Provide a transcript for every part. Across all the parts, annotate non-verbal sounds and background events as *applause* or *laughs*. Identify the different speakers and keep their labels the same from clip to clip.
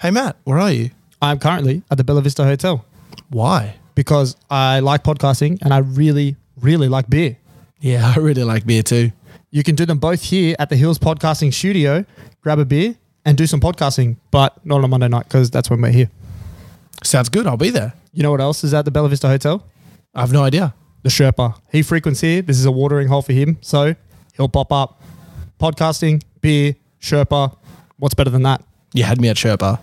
Speaker 1: Hey, Matt, where are you?
Speaker 2: I'm currently at the Bella Vista Hotel
Speaker 1: Why?
Speaker 2: because I like podcasting and I really, really like beer.
Speaker 1: Yeah, *laughs* I really like beer too.
Speaker 2: You can do them both here at the Hills Podcasting Studio, grab a beer and do some podcasting, but not on a Monday night because that's when we're here.
Speaker 1: Sounds good. I'll be there.
Speaker 2: You know what else is at the Bella Vista Hotel?
Speaker 1: I have no idea.
Speaker 2: The Sherpa. He frequents here. This is a watering hole for him. So he'll pop up. Podcasting, beer, Sherpa. What's better than that?
Speaker 1: You had me at Sherpa.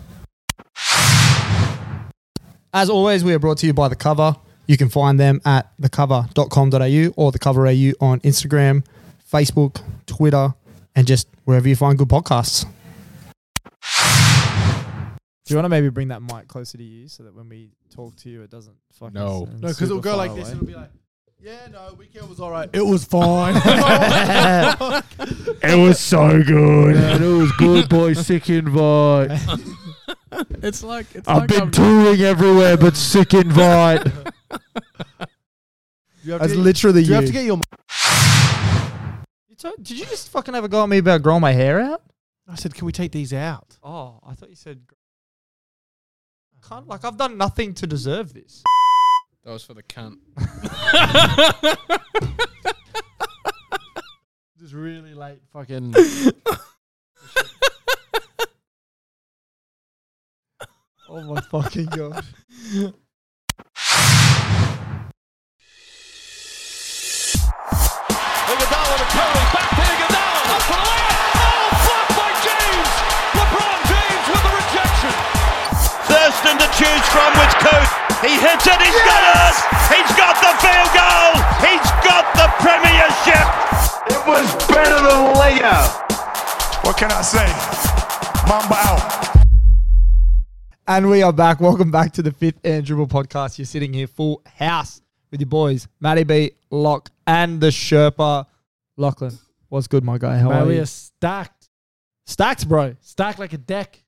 Speaker 2: As always, we are brought to you by The Cover. You can find them at thecover.com.au or The Cover AU on Instagram, Facebook, Twitter, and just wherever you find good podcasts. Do you want to maybe bring that mic closer to you so that when we talk to you, it doesn't fucking
Speaker 3: No.
Speaker 4: No, because it'll go like this. It'll be like, yeah, no, weekend was all right. It was fine. *laughs*
Speaker 3: It was so good.
Speaker 4: it was good, boy. Sick *laughs* invite.
Speaker 3: It's like it's
Speaker 4: I've
Speaker 3: like
Speaker 4: been
Speaker 3: I'm-
Speaker 4: touring everywhere, but sick *laughs* invite. you have
Speaker 2: That's
Speaker 4: to get,
Speaker 2: literally
Speaker 4: do you have to get your.
Speaker 2: Did you just fucking have a go at me about growing my hair out?
Speaker 4: I said, can we take these out?
Speaker 2: Oh, I thought you said. Can't, like, I've done nothing to deserve this.
Speaker 3: That was for the
Speaker 2: *laughs*
Speaker 3: cunt.
Speaker 4: Just really late,
Speaker 3: *laughs*
Speaker 4: fucking.
Speaker 2: Oh my fucking god.
Speaker 5: Iguodala to Curry, back to Iguodala, up for the layup. Oh, blocked by James. LeBron James with the rejection. Thurston to choose from, which coach he hits it. He's got it. He's got the field goal. He's got the premiership. It was better than layup.
Speaker 6: What can I say? Mamba out.
Speaker 2: And we are back. Welcome back to the fifth and dribble podcast. You're sitting here full house with your boys, Matty B, Lock, and the Sherpa. Lachlan, what's good, my guy? How
Speaker 4: Man,
Speaker 2: are
Speaker 4: we
Speaker 2: you?
Speaker 4: are stacked,
Speaker 2: Stacked, bro.
Speaker 4: stacked like a deck.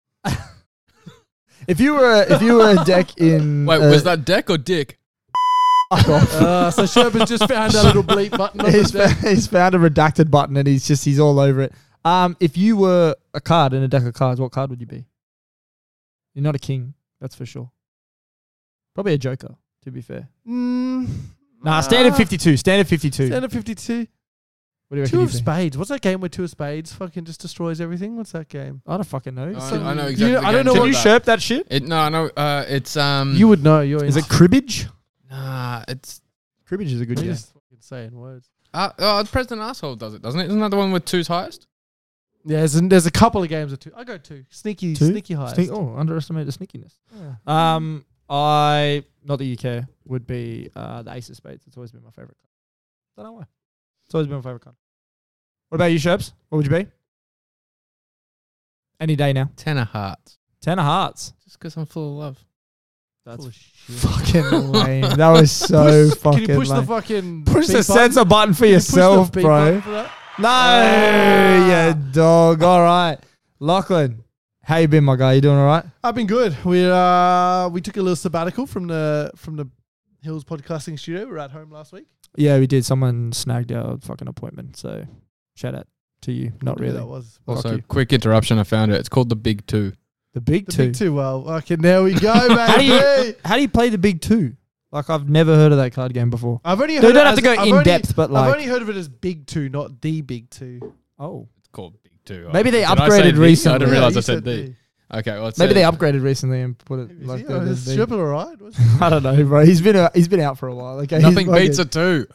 Speaker 2: If you were if you were a
Speaker 4: *laughs*
Speaker 2: deck in
Speaker 3: Wait,
Speaker 2: uh,
Speaker 3: was that deck
Speaker 2: *laughs*
Speaker 3: or dick?
Speaker 2: fuck off.
Speaker 4: *laughs* Uh, so Sherman's just found
Speaker 2: *laughs*
Speaker 4: that little bleep button.
Speaker 3: *laughs*
Speaker 4: On
Speaker 2: he's,
Speaker 4: the deck.
Speaker 2: found, he's found a redacted button and he's just he's all over it. Um, if you were a card in a deck of cards, what card would you be? You're not a king, that's for sure. Probably a joker, to be fair.
Speaker 4: Mm,
Speaker 2: Nah, standard
Speaker 4: ah,
Speaker 2: fifty two. Standard fifty two.
Speaker 4: Standard fifty-two.
Speaker 2: What do you reckon?
Speaker 4: Two
Speaker 2: you'd
Speaker 4: of
Speaker 2: be?
Speaker 4: spades. What's that game where two of spades fucking just destroys everything? What's that game?
Speaker 2: I don't fucking know.
Speaker 3: I,
Speaker 4: So-
Speaker 3: I know
Speaker 4: you- I
Speaker 3: exactly.
Speaker 4: don't
Speaker 3: the game
Speaker 4: know
Speaker 3: you're
Speaker 4: what
Speaker 3: talking about.
Speaker 2: chirp that shit?
Speaker 3: It, no, I know. Uh, it's um.
Speaker 4: You would know. You're
Speaker 2: Is
Speaker 4: in-
Speaker 2: it cribbage?
Speaker 3: nah, it's
Speaker 2: Cribbage is a good
Speaker 4: You're
Speaker 2: game.
Speaker 4: just fucking saying words.
Speaker 3: uh, oh, President asshole does it, doesn't it? Isn't that the one with two's highest?
Speaker 4: Yeah, there's, there's a couple of games of two. I go two. Sneaky,
Speaker 2: Two?
Speaker 4: sneaky highs.
Speaker 2: Sneak, oh, underestimate the sneakiness.
Speaker 4: Yeah.
Speaker 2: Um, I not that you care would be uh, the ace of spades. It's always been my favorite card. Don't know why. It's always been my favorite card. What about you, Sherps? What would you be? Any day now.
Speaker 3: Ten of hearts.
Speaker 2: Ten of hearts.
Speaker 3: Just because I'm full of love.
Speaker 2: *laughs*
Speaker 4: Full of shit.
Speaker 2: fucking
Speaker 3: *laughs*
Speaker 2: lame. That was so
Speaker 4: Push-
Speaker 2: fucking
Speaker 4: Can you push
Speaker 2: lame.
Speaker 4: the fucking
Speaker 2: push
Speaker 4: beep
Speaker 2: the
Speaker 4: button?
Speaker 2: sensor button for
Speaker 4: Can you push the
Speaker 2: yourself,
Speaker 4: beep
Speaker 2: bro.
Speaker 4: button for that?
Speaker 2: No,
Speaker 4: Ah.
Speaker 2: you dog. All right, Lachlan, how you been, my guy? You doing all right?
Speaker 4: I've been good. We uh we took a little sabbatical from the from the Hills podcasting studio. We were at home last week.
Speaker 2: Yeah, we did. Someone snagged our fucking appointment, so shout out to you. Not
Speaker 4: Yeah,
Speaker 2: really.
Speaker 4: That was
Speaker 3: Also,
Speaker 2: you.
Speaker 3: quick interruption. I found it. It's called the Big Two.
Speaker 2: The big
Speaker 4: the
Speaker 2: two.
Speaker 4: big two. Well, okay, there
Speaker 2: *laughs*
Speaker 4: we go,
Speaker 2: How do you
Speaker 4: baby.
Speaker 2: how do you play the big two? Like I've never heard of that card game before.
Speaker 4: I've only
Speaker 2: So you
Speaker 4: heard
Speaker 2: don't
Speaker 4: it
Speaker 2: have to
Speaker 4: as-
Speaker 2: go
Speaker 4: I've
Speaker 2: in
Speaker 4: only-
Speaker 2: depth, but
Speaker 4: I've
Speaker 2: like
Speaker 4: only heard of it as Big Two, not the Big Two.
Speaker 2: oh,
Speaker 3: It's called Big Two.
Speaker 2: Maybe they
Speaker 3: Did I say
Speaker 2: upgraded
Speaker 3: Big? I
Speaker 2: recently.
Speaker 3: didn't
Speaker 4: Yeah,
Speaker 3: realize
Speaker 4: you
Speaker 3: I said D.
Speaker 4: D.
Speaker 3: Okay, well, it's
Speaker 2: maybe
Speaker 3: a-
Speaker 2: they upgraded recently and put it
Speaker 4: Is
Speaker 2: like
Speaker 4: he-
Speaker 2: the,
Speaker 4: oh,
Speaker 2: the
Speaker 4: *laughs* is
Speaker 2: big-
Speaker 4: Triple all right? What's-
Speaker 2: *laughs* I don't know, bro. He's been a, he's been out for a while. Okay, he's
Speaker 3: Nothing
Speaker 2: fucking-
Speaker 3: beats
Speaker 2: *laughs*
Speaker 3: a two.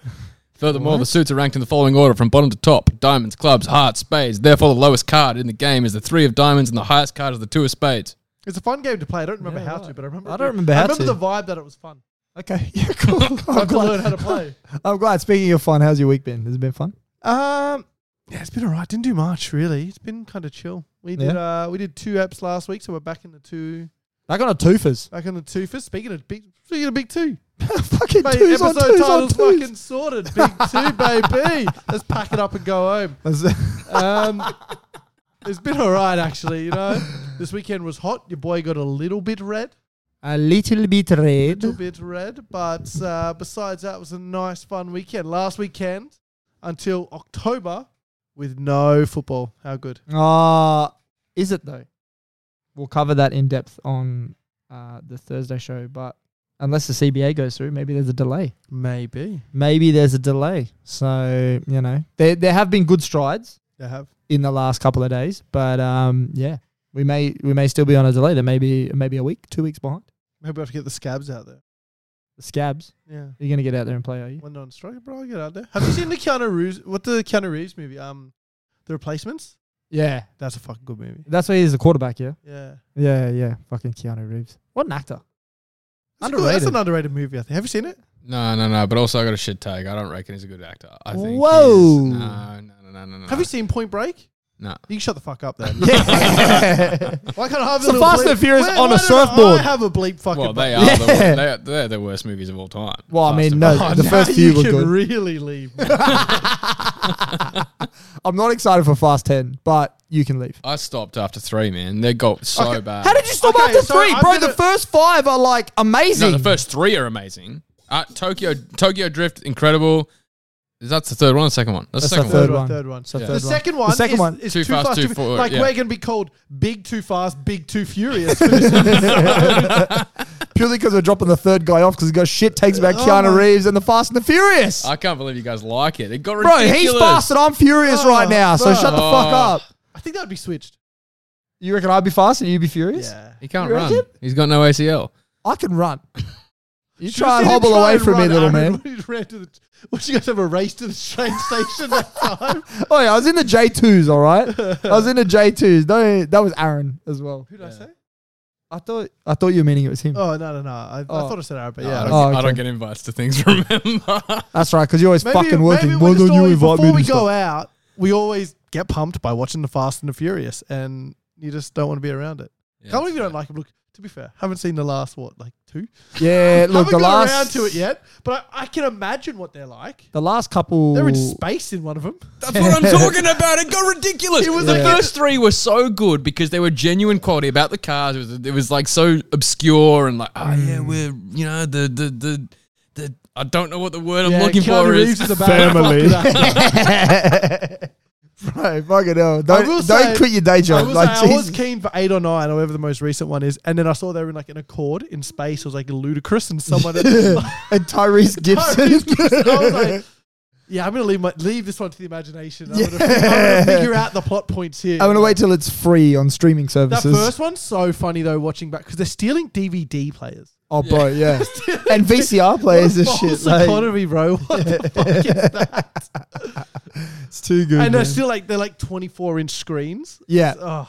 Speaker 3: Furthermore,
Speaker 2: What?
Speaker 3: the suits are ranked in the following order from bottom to top diamonds, clubs, hearts, spades. Therefore, the lowest card in the game is the three of diamonds, and the highest card is the two of spades.
Speaker 4: It's a fun game to play. I don't remember
Speaker 2: Yeah,
Speaker 4: how
Speaker 2: right.
Speaker 4: to, but I remember.
Speaker 2: I
Speaker 4: it
Speaker 2: don't
Speaker 4: being-
Speaker 2: remember
Speaker 4: I
Speaker 2: how
Speaker 4: remember
Speaker 2: to.
Speaker 4: the *laughs* vibe that it was fun.
Speaker 2: Okay, yeah, cool.
Speaker 4: I
Speaker 2: *laughs* I'm
Speaker 4: have to learn
Speaker 2: glad.
Speaker 4: how to play.
Speaker 2: *laughs* I'm glad. Speaking of fun, how's your week been? Has it been fun?
Speaker 4: Um, yeah, it's been alright. Didn't do much really. It's been kind of chill. We did uh, we did two apps last week, so we're back in the two,
Speaker 2: I got a *laughs* twofers.
Speaker 4: back in the two. For speaking of big, speaking of big two,
Speaker 2: fucking
Speaker 4: Mate,
Speaker 2: twos on
Speaker 4: episode
Speaker 2: twos on
Speaker 4: title's
Speaker 2: twos.
Speaker 4: fucking sorted. Big *laughs* two, baby. Let's pack it up and go home. Um, it's been alright actually. You know, this weekend was hot. Your boy got a little bit red,
Speaker 2: a little bit
Speaker 4: little
Speaker 2: red.
Speaker 4: bit red, but uh, besides that, it was a nice fun weekend. Last weekend until October with no football. How good.
Speaker 2: Ah, is it Uh, though? we'll cover that in depth on uh, the Thursday show. But unless the CBA goes through, maybe there's a delay.
Speaker 4: Maybe.
Speaker 2: Maybe there's a delay. So you know, there there have been good strides
Speaker 4: They have.
Speaker 2: in the last couple of days, but um, yeah, we may we may still be on a delay. There may be maybe a week, two weeks behind.
Speaker 4: Maybe we have to get the scabs out there.
Speaker 2: The scabs,
Speaker 4: Yeah.
Speaker 2: you're gonna get out there and play, are you?
Speaker 4: When they're on strike, bro, I'll get out there. Have you seen the Keanu Reeves? What the Keanu Reeves movie? Um, The Replacements.
Speaker 2: Yeah,
Speaker 4: That's a fucking good movie.
Speaker 2: that's why he's the quarterback. Yeah,
Speaker 4: Yeah.
Speaker 2: yeah, yeah. Fucking Keanu Reeves. What an actor.
Speaker 4: That's a good- That's
Speaker 2: Underrated.
Speaker 4: an underrated movie. I think. Have you seen it?
Speaker 3: No, no, no. But also, I got a shit take. I don't reckon he's a good actor. I think. he's-
Speaker 2: Whoa.
Speaker 3: No, no, no, no, no. no.
Speaker 4: Have you seen Point Break?
Speaker 3: No.
Speaker 4: You can shut the fuck up then.
Speaker 2: *laughs* Yeah.
Speaker 4: *laughs* Why can't I have
Speaker 2: So
Speaker 4: a little
Speaker 2: Fast
Speaker 4: bleep?
Speaker 2: and Furious
Speaker 4: Why-
Speaker 2: on
Speaker 4: why
Speaker 2: a
Speaker 4: don't
Speaker 2: surfboard.
Speaker 4: I have a bleep fucking.
Speaker 3: Well, they
Speaker 4: button?
Speaker 3: are.
Speaker 2: *laughs*
Speaker 3: The,
Speaker 2: Yeah.
Speaker 3: wor- they are they're the worst movies of all time.
Speaker 2: Well, I
Speaker 3: Fast
Speaker 2: mean,
Speaker 3: and
Speaker 2: no,
Speaker 3: Furious.
Speaker 2: the
Speaker 4: Now
Speaker 2: first few
Speaker 4: you
Speaker 2: were
Speaker 4: can
Speaker 2: good.
Speaker 4: really leave. man.
Speaker 2: *laughs* I'm not excited for Fast 10, but you can leave.
Speaker 3: I stopped after three, man. They got so bad.
Speaker 2: How did you stop
Speaker 4: Okay,
Speaker 2: after
Speaker 4: so
Speaker 2: 3
Speaker 4: I'm
Speaker 2: bro?
Speaker 4: gonna-
Speaker 2: the first five are like amazing.
Speaker 3: Uh, No, the first three are amazing. Uh, Tokyo, Tokyo Drift, incredible. That's the third one. or The second one. That's,
Speaker 2: That's
Speaker 3: the
Speaker 2: the
Speaker 3: second
Speaker 2: third
Speaker 3: one.
Speaker 4: Third one,
Speaker 2: one.
Speaker 4: third
Speaker 2: So
Speaker 4: one.
Speaker 3: Yeah.
Speaker 2: third
Speaker 4: The second one.
Speaker 2: The second
Speaker 4: is,
Speaker 2: one.
Speaker 4: is
Speaker 3: Too Fast, Too Fu-
Speaker 4: Like
Speaker 3: yeah.
Speaker 4: we're gonna be called Big Too Fast, Big Too Furious.
Speaker 2: *laughs*
Speaker 4: *laughs* for this
Speaker 2: Purely because we're dropping the third guy off because he goes shit takes back
Speaker 4: Oh
Speaker 2: Keanu
Speaker 4: my-
Speaker 2: Reeves and the Fast and the Furious.
Speaker 3: I can't believe you guys like it. It got
Speaker 2: bro,
Speaker 3: ridiculous.
Speaker 2: he's fast and I'm furious
Speaker 4: Oh,
Speaker 2: right now. So
Speaker 4: bro.
Speaker 2: shut the fuck
Speaker 3: Oh.
Speaker 2: up.
Speaker 4: I think that'd be switched.
Speaker 2: You reckon I'd be fast and you'd be furious?
Speaker 4: Yeah.
Speaker 3: He can't
Speaker 2: You
Speaker 3: run.
Speaker 2: reckon?
Speaker 3: He's got no ACL.
Speaker 2: I can run. You
Speaker 4: Should've
Speaker 2: try and
Speaker 4: seen him
Speaker 2: hobble
Speaker 4: try
Speaker 2: away
Speaker 4: and
Speaker 2: from me,
Speaker 4: run
Speaker 2: little
Speaker 4: out
Speaker 2: man.
Speaker 4: when *laughs* he ran to the- What you guys have a race to the train *laughs* station that time?
Speaker 2: Oh yeah, *laughs* I was in the J twos. All right, I was in the J twos. No, that was Aaron as well.
Speaker 4: *laughs* Who did I say?
Speaker 2: I thought I thought you were meaning it was him.
Speaker 4: Oh no no no! I, I
Speaker 2: Oh.
Speaker 4: thought I said Arab, but
Speaker 3: Yeah, I,
Speaker 4: yeah.
Speaker 3: don't,
Speaker 2: Oh,
Speaker 3: I
Speaker 2: okay.
Speaker 3: don't get invites to things. *laughs* Remember,
Speaker 2: That's right, because you're always fucking working.
Speaker 4: maybe
Speaker 2: Why
Speaker 4: we just
Speaker 2: don't you
Speaker 4: always-
Speaker 2: invite
Speaker 4: before
Speaker 2: me
Speaker 4: we
Speaker 2: to
Speaker 4: go eh?
Speaker 2: stuff?
Speaker 4: out, we always get pumped by watching the Fast and the Furious, and you just don't want to be around it. Can't believe you don't like them. Look, to be fair, haven't seen the last what like two.
Speaker 2: Yeah, look,
Speaker 4: haven't
Speaker 2: the
Speaker 4: got
Speaker 2: last
Speaker 4: around to it yet, but I, I can imagine what they're like.
Speaker 2: The last couple.
Speaker 4: They're
Speaker 2: *laughs*
Speaker 4: in space in one of them.
Speaker 3: That's what I'm talking about. *laughs* It got ridiculous.
Speaker 4: It was
Speaker 3: the
Speaker 4: like-
Speaker 3: first three were so good because they were genuine quality about the cars. It was, it was like so obscure and like, oh yeah, we're you know the the the. the I don't know what the word I'm looking for is.
Speaker 4: a bad
Speaker 2: *laughs* Bro, fucking hell!
Speaker 4: I
Speaker 2: Don't,
Speaker 4: will
Speaker 2: don't
Speaker 4: say-
Speaker 2: quit your day
Speaker 4: I
Speaker 2: job.
Speaker 4: was,
Speaker 2: Like,
Speaker 4: I was
Speaker 2: Jesus.
Speaker 4: keen for eight or nine, or whatever the most recent one is, and then I saw they were in like an Accord in space. It was like ludicrous, and someone.
Speaker 2: *laughs*
Speaker 4: *laughs*
Speaker 2: and Tyrese Gibson.
Speaker 4: Tyrese Gibson. *laughs* I was like, yeah, I'm gonna leave my leave this one to the imagination. I'm, gonna, I'm gonna figure out the plot points
Speaker 2: *laughs*
Speaker 4: here.
Speaker 2: I'm gonna wait till it's free on streaming
Speaker 4: That
Speaker 2: services.
Speaker 4: first one's so funny though, watching back because they're stealing DVD players.
Speaker 2: oh, bro,
Speaker 4: *laughs*
Speaker 2: yeah. and VCR players
Speaker 4: What
Speaker 2: and
Speaker 4: a
Speaker 2: Oh, shit.
Speaker 4: false
Speaker 2: Like,
Speaker 4: economy, bro. What the fuck
Speaker 2: *laughs*
Speaker 4: is that?
Speaker 2: it's too good.
Speaker 4: And
Speaker 2: man.
Speaker 4: they're still like they're like 24 inch screens.
Speaker 2: yeah,
Speaker 4: Oh,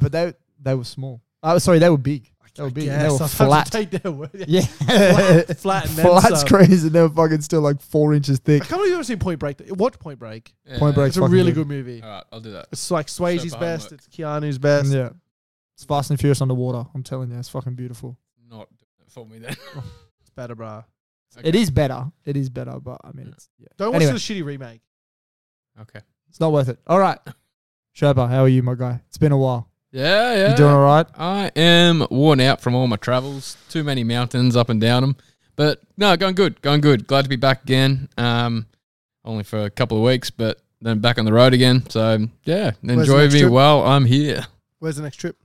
Speaker 2: but they they were small. Oh, sorry, they were big. They were big. and
Speaker 4: yes,
Speaker 2: they were
Speaker 4: I'll have to
Speaker 2: flat.
Speaker 4: Take their word. Yeah.
Speaker 2: Yeah, *laughs*
Speaker 4: Flat, flat, and then
Speaker 2: flat
Speaker 4: some.
Speaker 2: screens, and they were fucking still like four inches
Speaker 4: *laughs*
Speaker 2: thick.
Speaker 4: I can't believe you've ever seen Point Break. Watch Point Break.
Speaker 3: *laughs* Yeah.
Speaker 2: Point Break's
Speaker 4: It's a
Speaker 2: fucking
Speaker 4: really good movie.
Speaker 3: All right, I'll do that.
Speaker 4: It's like Swayze's
Speaker 3: Step
Speaker 4: best.
Speaker 3: homework.
Speaker 4: It's Keanu's best.
Speaker 2: Yeah, it's Fast and Furious underwater. I'm telling you, it's fucking beautiful.
Speaker 3: Not doing it for me then. *laughs*
Speaker 4: It's better, bruh.
Speaker 2: It is better. It is better, but I mean, it's yeah.
Speaker 4: Don't
Speaker 2: Anyway.
Speaker 4: watch the shitty remake.
Speaker 3: Okay.
Speaker 2: it's not worth it. All right, Sherpa, how are you, my guy? It's been a while.
Speaker 3: Yeah, yeah.
Speaker 2: You doing all right?
Speaker 3: I am worn out from all my travels. Too many mountains up and down them. But no, going good, going good. Glad to be back again. Um, only for a couple of weeks, but then back on the road again. So yeah, enjoy
Speaker 4: next
Speaker 3: me
Speaker 4: trip?
Speaker 3: while I'm here.
Speaker 4: Where's the next trip?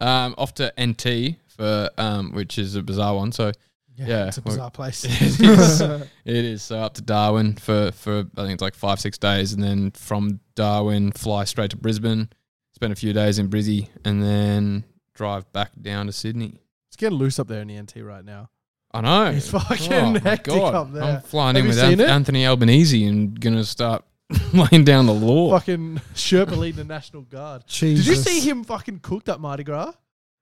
Speaker 3: Um, off to NT for um, which is a bizarre one. So Yeah.
Speaker 4: it's a
Speaker 3: *laughs*
Speaker 4: bizarre place. *laughs*
Speaker 3: it is, it is. So up to Darwin for for I think it's like five six days, and then from Darwin fly straight to Brisbane. Spend a few days in Brizzy, and then drive back down to Sydney.
Speaker 4: It's getting loose up there in the NT right now.
Speaker 3: I know.
Speaker 4: It's fucking
Speaker 3: Oh my
Speaker 4: hectic up there.
Speaker 3: I'm flying
Speaker 4: Have
Speaker 3: in
Speaker 4: you
Speaker 3: with
Speaker 4: seen
Speaker 3: Anth-
Speaker 4: it?
Speaker 3: Anthony Albanese and going to start *laughs* laying down the law.
Speaker 4: Fucking *laughs* Sherpa leading the National Guard.
Speaker 2: Jesus.
Speaker 4: Did you see him fucking cooked up Mardi Gras?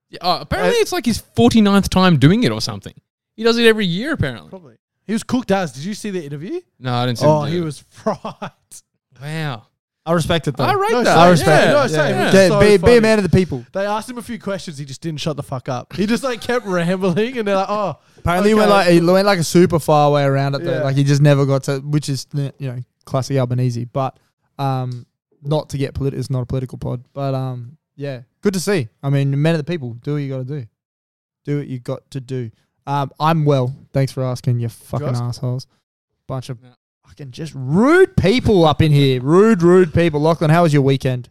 Speaker 3: Yeah, Oh, apparently, it's like his 49th time doing it or something. He does it every year, apparently.
Speaker 4: Probably. He was cooked as. Did you see the interview?
Speaker 3: No, I didn't see
Speaker 4: Oh,
Speaker 3: him do
Speaker 4: he
Speaker 3: it.
Speaker 4: was *laughs* fried.
Speaker 3: Wow.
Speaker 2: I respect it though.
Speaker 3: I rate
Speaker 4: No,
Speaker 3: that.
Speaker 4: same.
Speaker 2: I respect
Speaker 3: yeah.
Speaker 2: it.
Speaker 4: No, same.
Speaker 3: yeah.
Speaker 4: It's
Speaker 2: Yeah,
Speaker 4: so
Speaker 2: be, be
Speaker 4: funny.
Speaker 2: a man of the people.
Speaker 4: They asked him a few questions. He just didn't shut the fuck up. He just like kept *laughs* rambling, and they're like, "Oh,
Speaker 2: Apparently, he went like
Speaker 4: okay."
Speaker 2: he went like a super far way around it though.
Speaker 4: Yeah.
Speaker 2: Like he just never got to, which is you know classic Albanese. But um, not to get political. It's not a political pod, but um, yeah, good to see. I mean, men of the people, do what you got to do, do what you got to do. Um, I'm well. Thanks for asking, you fucking
Speaker 4: ask?
Speaker 2: assholes. Bunch of
Speaker 3: No.
Speaker 2: fucking just rude people up in here. Rude, rude people. Lachlan, how was your weekend?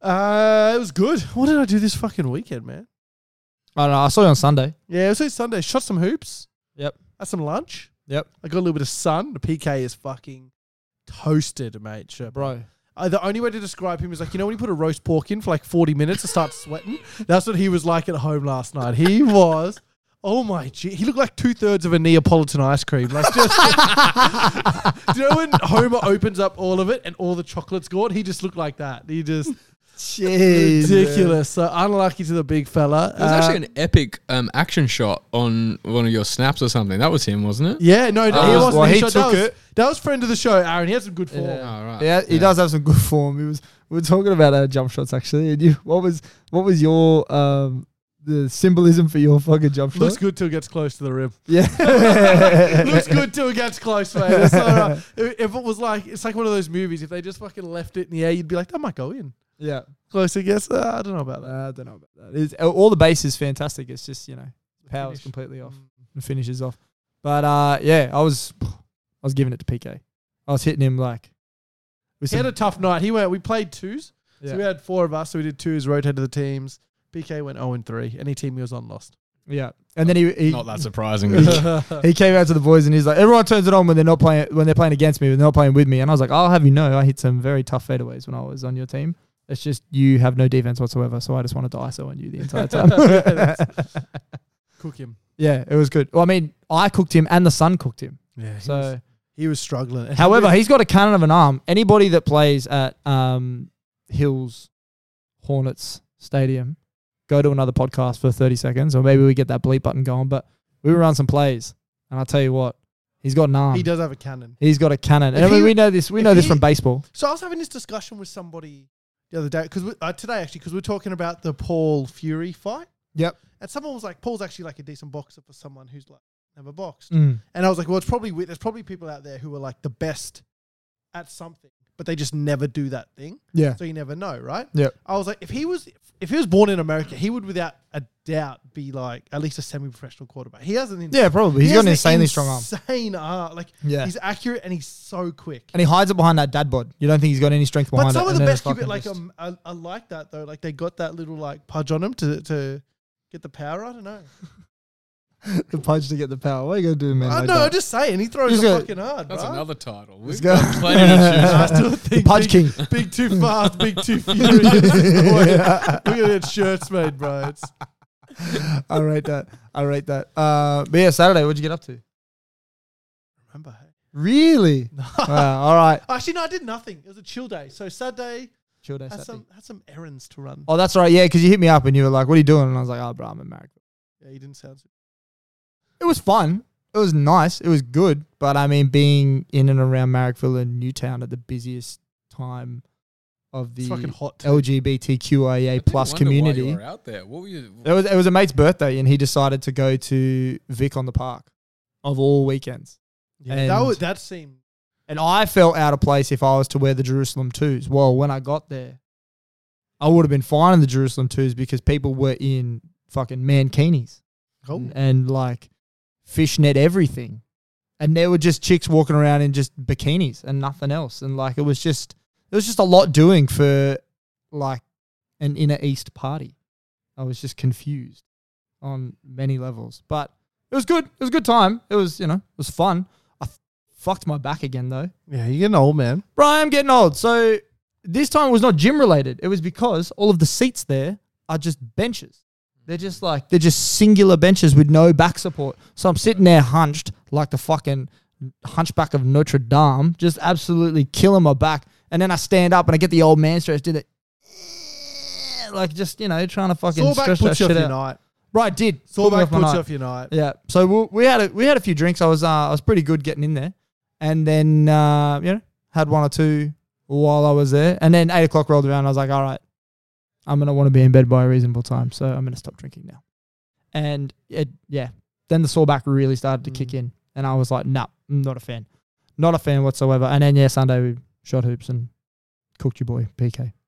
Speaker 4: Uh, it was good. What did I do this fucking weekend, man?
Speaker 2: I don't know. I saw you on Sunday.
Speaker 4: Yeah, it was on Sunday. Shot some hoops.
Speaker 2: Yep.
Speaker 4: Had some lunch.
Speaker 2: Yep.
Speaker 4: I got a little bit of sun. The PK is fucking toasted, mate. Sure.
Speaker 2: Bro.
Speaker 4: Uh, the only way to describe him is like you know when you put a roast pork in for like 40 minutes and start sweating. That's what he was like at home last night. He was. Oh my gee, he looked like two thirds of a Neapolitan ice cream. Like just, *laughs* do you know when Homer opens up all of it and all the chocolate's gone? He just looked like that. He just
Speaker 2: Jeez.
Speaker 4: ridiculous. So unlucky to the big fella.
Speaker 3: It was
Speaker 4: Uh,
Speaker 3: actually an epic um, action shot on one of your snaps or something. That was him, wasn't it?
Speaker 4: yeah, no,
Speaker 3: Uh,
Speaker 4: he wasn't.
Speaker 2: Oh, well,
Speaker 4: he
Speaker 2: he
Speaker 4: shot-
Speaker 2: took
Speaker 4: that was,
Speaker 2: it.
Speaker 4: That was friend of the show, Aaron. He had some good form.
Speaker 2: Yeah.
Speaker 3: Oh, right.
Speaker 4: Uh,
Speaker 2: Yeah, he does have some good form. He was we were talking about uh, jump shots actually. And you, what was what was your um the symbolism for your fucking jump shot?
Speaker 4: Looks good till it gets close to the
Speaker 2: *laughs*
Speaker 4: rim.
Speaker 2: Yeah.
Speaker 4: *laughs* looks good till it gets close, mate. It's all right. If if it was like, it's like one of those movies. If they just fucking left it in the air, you'd be like, that might go in.
Speaker 2: *laughs* yeah.
Speaker 4: Close, I guess. Uh, I don't know about that.
Speaker 2: I don't know about that. It's, all the base is fantastic. It's just you know power's
Speaker 4: Finish. Mm.
Speaker 2: completely off and finishes off. But uh, yeah, I was I was giving it to PK. I was hitting him like. With
Speaker 4: He had a tough night. He went. We played twos,
Speaker 2: yeah.
Speaker 4: so we had four of us. So we did twos, rotated the teams. PK went zero and three. Any team he was
Speaker 2: *laughs*
Speaker 4: on lost. *laughs*
Speaker 2: yeah, and then he he,
Speaker 3: Not that surprising.
Speaker 2: he came out to the boys and he's like, everyone turns it on when they're not playing when they're playing against me, when they're not playing with me. And I was like, I'll have you know, I hit some very tough fadeaways when I was on your team. It's just you have no defense whatsoever, so I just wanted to ISO on you the entire *laughs* time.
Speaker 4: *laughs* Cook him.
Speaker 2: yeah, it was good. Well, I mean, I cooked him and the sun cooked him.
Speaker 4: Yeah. He
Speaker 2: So.
Speaker 4: was, he was struggling.
Speaker 2: However, he's got a cannon of an arm. Anybody that plays at um, Hills Hornets Stadium, go to another podcast for 30 seconds, or maybe we get that bleep button going. But we were on some plays, and I'll tell you what, he's got an arm.
Speaker 4: he does have a cannon.
Speaker 2: He's got a cannon. And I
Speaker 4: If
Speaker 2: mean,
Speaker 4: he-
Speaker 2: we know this. We
Speaker 4: if
Speaker 2: know this
Speaker 4: he-
Speaker 2: from baseball.
Speaker 4: So I was having this discussion with somebody the other day because uh, today actually because we're talking about the Paul Fury fight.
Speaker 2: Yep.
Speaker 4: And someone was like, Paul's actually like a decent boxer for someone who's like never boxed.
Speaker 2: Mm.
Speaker 4: And I was like, well, it's probably we- there's probably people out there who are like the best at something, but they just never do that thing.
Speaker 2: Yeah.
Speaker 4: So you never know, right?
Speaker 2: Yep.
Speaker 4: I was like, if he was if he was born in America, he would without a doubt be like at least a semi-professional quarterback. He has an ins-
Speaker 2: Yeah, probably. He's
Speaker 4: he
Speaker 2: got
Speaker 4: has
Speaker 2: an insanely strong arm.
Speaker 4: Insane arm. Like
Speaker 2: Yeah.
Speaker 4: he's accurate and he's so quick.
Speaker 2: And he hides it behind that dad bod. You don't think he's got any strength behind
Speaker 4: But some
Speaker 2: it.
Speaker 4: of
Speaker 2: and
Speaker 4: the
Speaker 2: then
Speaker 4: best
Speaker 2: it's fucking
Speaker 4: cubit like
Speaker 2: just-
Speaker 4: um, I, I like that though. Like they got that little like pudge on them to to get the power. I don't know.
Speaker 2: the punch to get the power. What are you gonna do, man?
Speaker 4: I
Speaker 2: like
Speaker 4: know.
Speaker 2: that?
Speaker 4: I'm just saying. He throws
Speaker 2: He's
Speaker 4: a
Speaker 2: got-
Speaker 4: fucking hard.
Speaker 3: That's
Speaker 4: bruh.
Speaker 3: another title. We've
Speaker 2: go.
Speaker 4: *laughs*
Speaker 3: got
Speaker 2: *laughs*
Speaker 3: plenty of shoes.
Speaker 4: still
Speaker 2: the
Speaker 4: think
Speaker 2: punch
Speaker 4: *laughs*
Speaker 2: king.
Speaker 4: Big
Speaker 2: *laughs*
Speaker 4: too fast, big too furious. Look at that shirts made, bro. It's,
Speaker 2: I rate that. I rate that. Uh, but yeah, Saturday. What'd you get up to?
Speaker 4: remember, hey? *laughs*
Speaker 2: Really? wow, all right.
Speaker 4: Actually, no, I did nothing. It was a chill day. So Saturday
Speaker 2: Chill day,
Speaker 4: had
Speaker 2: Saturday.
Speaker 4: some had some errands to run.
Speaker 2: Oh, that's all right. Yeah, because you hit me up and you were like, "What are you doing?" And I was like, "Oh, bro, I'm in America."
Speaker 4: Yeah, you didn't sound.
Speaker 2: It was fun. It was nice. It was good. But I mean, being in and around Marrickville and Newtown at the busiest time of the
Speaker 4: It's fucking hot. too.
Speaker 3: I
Speaker 2: LGBTQIA
Speaker 3: did
Speaker 2: plus
Speaker 3: wonder why you
Speaker 2: community.
Speaker 3: were out there. What were you?
Speaker 2: It was it was a mate's birthday, and he decided to go to Vic on the Park of all weekends.
Speaker 4: Yeah, that
Speaker 2: And-
Speaker 4: was, that seemed.
Speaker 2: And I felt out of place if I was to wear the Jerusalem twos. Well, when I got there, I would have been fine in the Jerusalem twos because people were in fucking mankinis
Speaker 4: Oh.
Speaker 2: and, and, like fishnet everything. And there were just chicks walking around in just bikinis and nothing else. And like it was just it was just a lot doing for like an inner east party. I was just confused on many levels. But it was good. It was a good time. It was, you know, it was fun. I f- fucked my back again though.
Speaker 4: Yeah, you're getting old, man.
Speaker 2: Bro, I am getting old. So this time it was not gym related. It was because all of the seats there are just benches. They're just like they're just singular benches with no back support. So I'm sitting there hunched like the fucking hunchback of Notre Dame, just absolutely killing my back. And then I stand up and I get the old man stretch, do the like just you know trying to fucking
Speaker 4: Sawback
Speaker 2: stretch that
Speaker 4: puts you off
Speaker 2: shit
Speaker 4: your
Speaker 2: out.
Speaker 4: night.
Speaker 2: Right, I did Pulled me
Speaker 4: Sawback
Speaker 2: off my
Speaker 4: puts
Speaker 2: night.
Speaker 4: you off your night.
Speaker 2: Yeah. So we, we had a, we had a few drinks. I was uh, I was pretty good getting in there, and then uh, you know had one or two while I was there, and then eight o'clock rolled around. I was like, all right, I'm gonna want to be in bed by a reasonable time, so I'm gonna stop drinking now. And it, yeah, then the sore back really started to kick in, and I was like, nah, I'm not a fan, not a fan whatsoever. And then yeah, Sunday we shot hoops and cooked your boy PK.
Speaker 4: *laughs*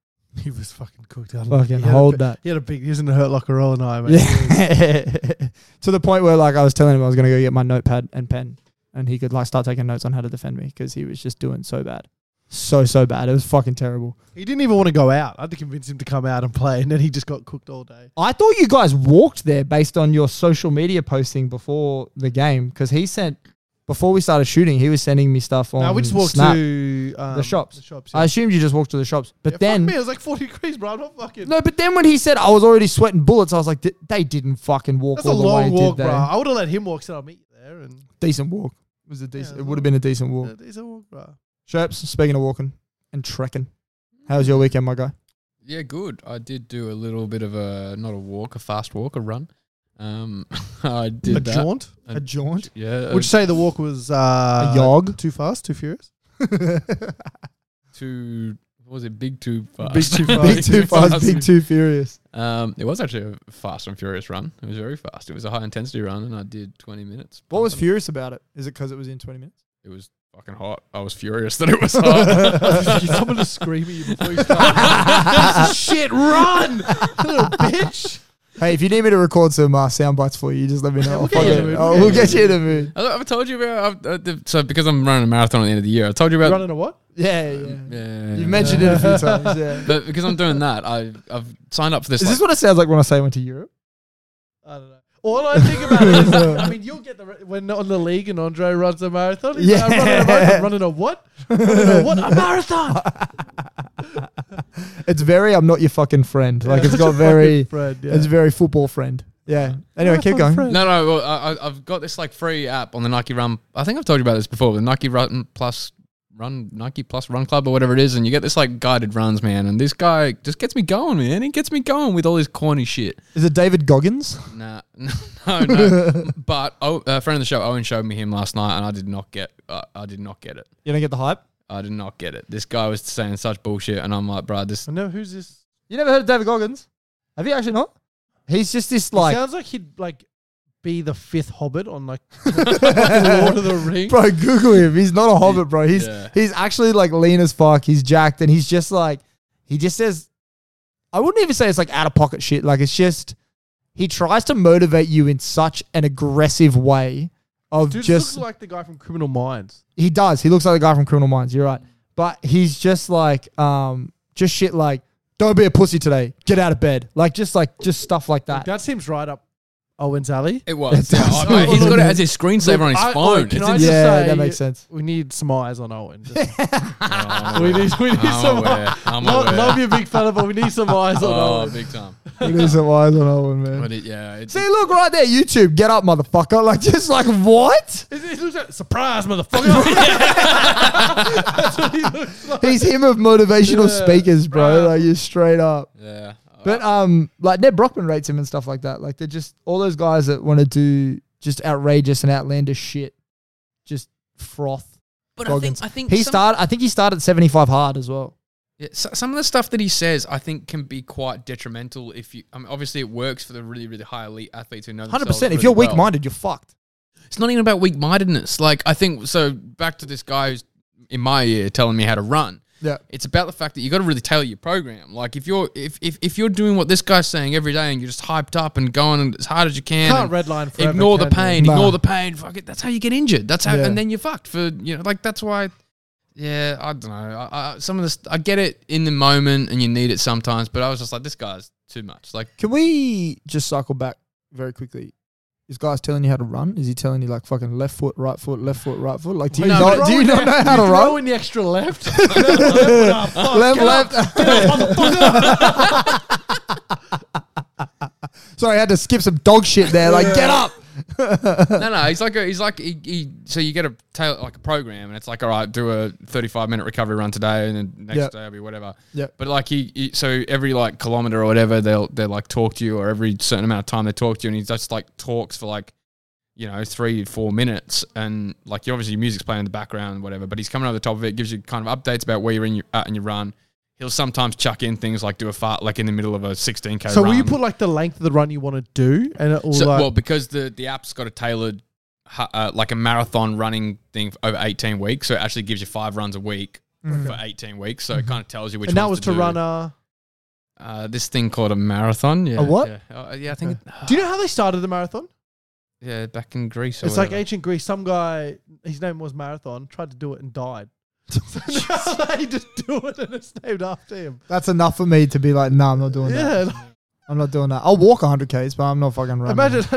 Speaker 4: He was fucking cooked. I don't know.
Speaker 2: Fucking
Speaker 4: He had a
Speaker 2: hold
Speaker 4: bi-
Speaker 2: that.
Speaker 4: He had a big. He was in the hurt locker all night, *laughs* mate.
Speaker 2: Yeah. to the point where like I was telling him I was going to go get my notepad and pen and he could like start taking notes on how to defend me because he was just doing so bad. so so bad. It was fucking terrible.
Speaker 4: He didn't even want to go out. I had to convince him to come out and play, and then he just got cooked all day.
Speaker 2: I thought you guys walked there based on your social media posting before the game because he sent before we started shooting. He was sending me stuff on.
Speaker 4: Now we just walked
Speaker 2: Snap.
Speaker 4: to um,
Speaker 2: The shops.
Speaker 4: The shops.
Speaker 2: I assumed you just walked to the shops, but
Speaker 4: Yeah,
Speaker 2: then
Speaker 4: fuck me, it was like forty degrees, bro. I'm not fucking.
Speaker 2: no. But then when he said I was already sweating bullets, I was like, "Th- they didn't fucking walk
Speaker 4: that's a
Speaker 2: all the way,
Speaker 4: long walk,
Speaker 2: did
Speaker 4: bro.
Speaker 2: they?
Speaker 4: I would have let him walk. Said I'll meet you there, and
Speaker 2: Decent walk. It was a decent.
Speaker 4: it
Speaker 2: it
Speaker 4: was
Speaker 2: would
Speaker 4: a-
Speaker 2: have been a decent walk.
Speaker 4: uh, it's a walk, bro.
Speaker 2: Sherps, speaking of walking and trekking, how was your weekend, my guy?
Speaker 3: Yeah, good. I did do a little bit of a not a walk, a fast walk, a run. Um, *laughs* I did
Speaker 4: A
Speaker 3: that.
Speaker 4: jaunt. *laughs*
Speaker 3: A
Speaker 2: jaunt,
Speaker 3: Yeah,
Speaker 4: Would you say the walk was uh,
Speaker 2: a yog.
Speaker 4: Too fast, too
Speaker 2: *laughs*
Speaker 4: furious. *laughs*
Speaker 3: too. What was it? Big too fast.
Speaker 4: Big too fast.
Speaker 2: Big too fast, big too furious.
Speaker 3: Um, it was actually a fast and furious run. It was very fast. It was a high intensity run, and I did twenty minutes.
Speaker 2: What was
Speaker 3: Um,
Speaker 2: furious about it? Is it because it was in twenty minutes?
Speaker 3: It was fucking hot. I was furious *laughs* that
Speaker 2: *laughs*
Speaker 3: it was hot. *laughs*
Speaker 4: Someone just scream at you before you
Speaker 2: *laughs*
Speaker 4: start. shit, run, *laughs* little bitch.
Speaker 2: Hey, if you need me to record some uh, sound bites for you, you just
Speaker 4: *laughs*
Speaker 2: let me know. I'll
Speaker 4: get you in
Speaker 2: fucking-
Speaker 4: the mood,
Speaker 2: oh,
Speaker 4: we'll
Speaker 2: We'll
Speaker 4: get
Speaker 2: get you in the mood.
Speaker 3: I- I've told you about I've, uh, the- so because I'm running a marathon at the end of the year. I told you about
Speaker 4: Running a what?
Speaker 2: *laughs* Yeah, yeah.
Speaker 4: Um,
Speaker 3: yeah.
Speaker 2: You've mentioned it a few times.
Speaker 4: *laughs*
Speaker 2: Yeah.
Speaker 3: *laughs* but because I'm doing that, I I've signed up for this.
Speaker 2: Is this
Speaker 3: like-
Speaker 2: what it sounds like when I say I went to Europe?
Speaker 4: I don't know. All I think about is, I mean, you'll get the re- when on the league and Andre runs a marathon. Yeah,
Speaker 2: Yeah.
Speaker 4: I'm running a marathon. Running a what? Running a
Speaker 2: *laughs*
Speaker 4: what? A marathon.
Speaker 2: It's very I'm not your fucking friend. Like
Speaker 4: Yeah,
Speaker 2: it's got *laughs*
Speaker 4: such a
Speaker 2: very
Speaker 4: fucking friend, yeah.
Speaker 2: it's very football friend. Yeah. Anyway, keep going.
Speaker 4: friend.
Speaker 3: no, no. Well, I, I- I've got this like free app on the Nike Run. I think I've told you about this before. The Nike Run Plus Run Nike Plus Run Club or whatever it is, and you get this like guided runs, man. And this guy just gets me going, man. He gets me going with all his corny shit.
Speaker 2: Is it David Goggins?
Speaker 3: Nah, *laughs* no, no. but oh, a friend of the show, Owen, showed me him last night, and I did not get. I I did not get it.
Speaker 2: You don't get the hype?
Speaker 3: I did not get it. This guy was saying such bullshit, and I'm like, bro, this.
Speaker 4: I know who's this.
Speaker 2: You never heard of David Goggins? Have you actually not? He's just this
Speaker 4: He
Speaker 2: like
Speaker 4: sounds like he'd like be the fifth Hobbit on like *laughs*
Speaker 2: *laughs*
Speaker 4: Lord of the Rings.
Speaker 2: Bro, Google him. He's not a hobbit, bro. He's
Speaker 3: Yeah.
Speaker 2: he's actually like lean as fuck. He's jacked and he's just like he just says I wouldn't even say it's like out of pocket shit. Like it's just he tries to motivate you in such an aggressive way of
Speaker 4: Dude, this
Speaker 2: just
Speaker 4: looks like the guy from Criminal Minds.
Speaker 2: he does. He looks like the guy from Criminal Minds. You're right. But he's just like, um, just shit like, don't be a pussy today. Get out of bed. Like, just like, just stuff like that.
Speaker 4: That seems right up Owen's alley.
Speaker 3: It was.
Speaker 2: It
Speaker 3: Yeah,
Speaker 2: does.
Speaker 3: I- mate, he's got it as his
Speaker 4: Look,
Speaker 3: screensaver on his
Speaker 4: I-
Speaker 3: phone.
Speaker 4: oh, can
Speaker 3: It's
Speaker 4: I
Speaker 3: in-
Speaker 4: just
Speaker 2: Yeah,
Speaker 4: say-
Speaker 2: that makes sense.
Speaker 4: We need some eyes on Owen.
Speaker 2: *laughs*
Speaker 4: Just- *laughs*
Speaker 3: Oh,
Speaker 4: we need, we need
Speaker 3: I'm
Speaker 4: some.
Speaker 3: aware. I'm
Speaker 4: Lo-
Speaker 3: aware.
Speaker 4: love you, big fella, but we need some eyes on
Speaker 3: Oh,
Speaker 4: Owen.
Speaker 3: big time.
Speaker 2: *laughs* He needs some eyes on that one, man.
Speaker 3: But it, yeah, it's,
Speaker 2: See, look right there, YouTube. Get up, motherfucker. Like, just like, what?
Speaker 4: It, it looks like surprise,
Speaker 3: *laughs*
Speaker 4: motherfucker. *laughs* That's what he looks like.
Speaker 2: He's him of motivational
Speaker 4: Yeah,
Speaker 2: speakers, bro.
Speaker 4: bruh.
Speaker 2: Like, you're straight up.
Speaker 3: yeah. Uh,
Speaker 2: But, um, like, Ned Brockman rates him and stuff like that. Like, they're just all those guys that want to do just outrageous and outlandish shit. Just froth.
Speaker 3: but
Speaker 2: Goggins.
Speaker 3: I think
Speaker 2: He
Speaker 3: some-
Speaker 2: started, I think he started 75 hard as well.
Speaker 3: Yeah, so, some of the stuff that he says, I think, can be quite detrimental. If you, I mean, obviously, it works for the really, really high elite athletes who know.
Speaker 2: Hundred
Speaker 3: Hundred
Speaker 2: percent. If you're weak-minded, you're fucked.
Speaker 3: it's not even about weak-mindedness. Like I think, so back to this guy who's in my ear telling me how to run.
Speaker 2: Yeah.
Speaker 3: It's about the fact that you got to really tailor your program. Like if you're if, if if you're doing what this guy's saying every day and you're just hyped up and going and as hard as you can,
Speaker 4: Can't
Speaker 3: and
Speaker 4: redline forever,
Speaker 3: ignore the
Speaker 4: can you?
Speaker 3: pain,
Speaker 2: Nah.
Speaker 3: ignore the pain. Fuck it, that's how you get injured. That's how,
Speaker 2: Yeah.
Speaker 3: and then you're fucked for you know. Like that's why. Yeah, I don't know. I, I, some of this, I get it in the moment, and you need it sometimes. But I was just like, this guy's too much. Like,
Speaker 2: Can we just cycle back very quickly? Is guys telling you how to run? Is he telling you like fucking left foot, right foot, left foot, right foot? Like, do you
Speaker 3: No,
Speaker 2: not,
Speaker 3: but
Speaker 2: do you
Speaker 4: throwing
Speaker 2: not know how to
Speaker 4: You
Speaker 2: run?
Speaker 4: Throw in the extra *laughs* left.
Speaker 2: *laughs* Left, left. Sorry, I had to skip some dog shit there. Like, get up.
Speaker 4: *laughs*
Speaker 3: no, no, he's like a, he's like he, he, so you get a tail like a program, and it's like all right, do a thirty-five minute recovery run today, and then next
Speaker 2: Yeah.
Speaker 3: day will be whatever.
Speaker 2: Yeah.
Speaker 3: But like he, he, so every like kilometer or whatever, they'll they will like talk to you, or every certain amount of time they talk to you, and he just like talks for like you know three four minutes, and like you obviously your music's playing in the background and whatever, but he's coming over the top of it, gives you kind of updates about where you're in your, at in your run. He'll sometimes chuck in things like do a fart like in the middle of a sixteen k.
Speaker 4: so
Speaker 3: run.
Speaker 4: will you put like the length of the run you want to do, and it will
Speaker 3: So,
Speaker 4: like
Speaker 3: well, because the the app's got a tailored, ha- uh, like a marathon running thing for over eighteen weeks, so it actually gives you five runs a week
Speaker 2: Mm.
Speaker 3: for eighteen weeks. So it kind of tells you which.
Speaker 4: Mm-hmm. and that was
Speaker 3: ones
Speaker 4: to
Speaker 3: do.
Speaker 4: run a.
Speaker 3: uh, this thing called a marathon. Yeah,
Speaker 2: A what?
Speaker 3: Yeah, Uh, yeah I think.
Speaker 4: Do you know how they started the marathon?
Speaker 3: yeah, back in Greece. Or
Speaker 4: It's like
Speaker 3: whatever.
Speaker 4: ancient Greece. Some guy, his name was Marathon, tried to do it and died. *laughs* now they just do it and it's named after him.
Speaker 2: That's enough for me to be like, Oh, no, I'm not doing that.
Speaker 4: Yeah. like,
Speaker 2: I'm not doing that. I'll walk 100 k's, but I'm not fucking running.
Speaker 4: imagine, *laughs* imagine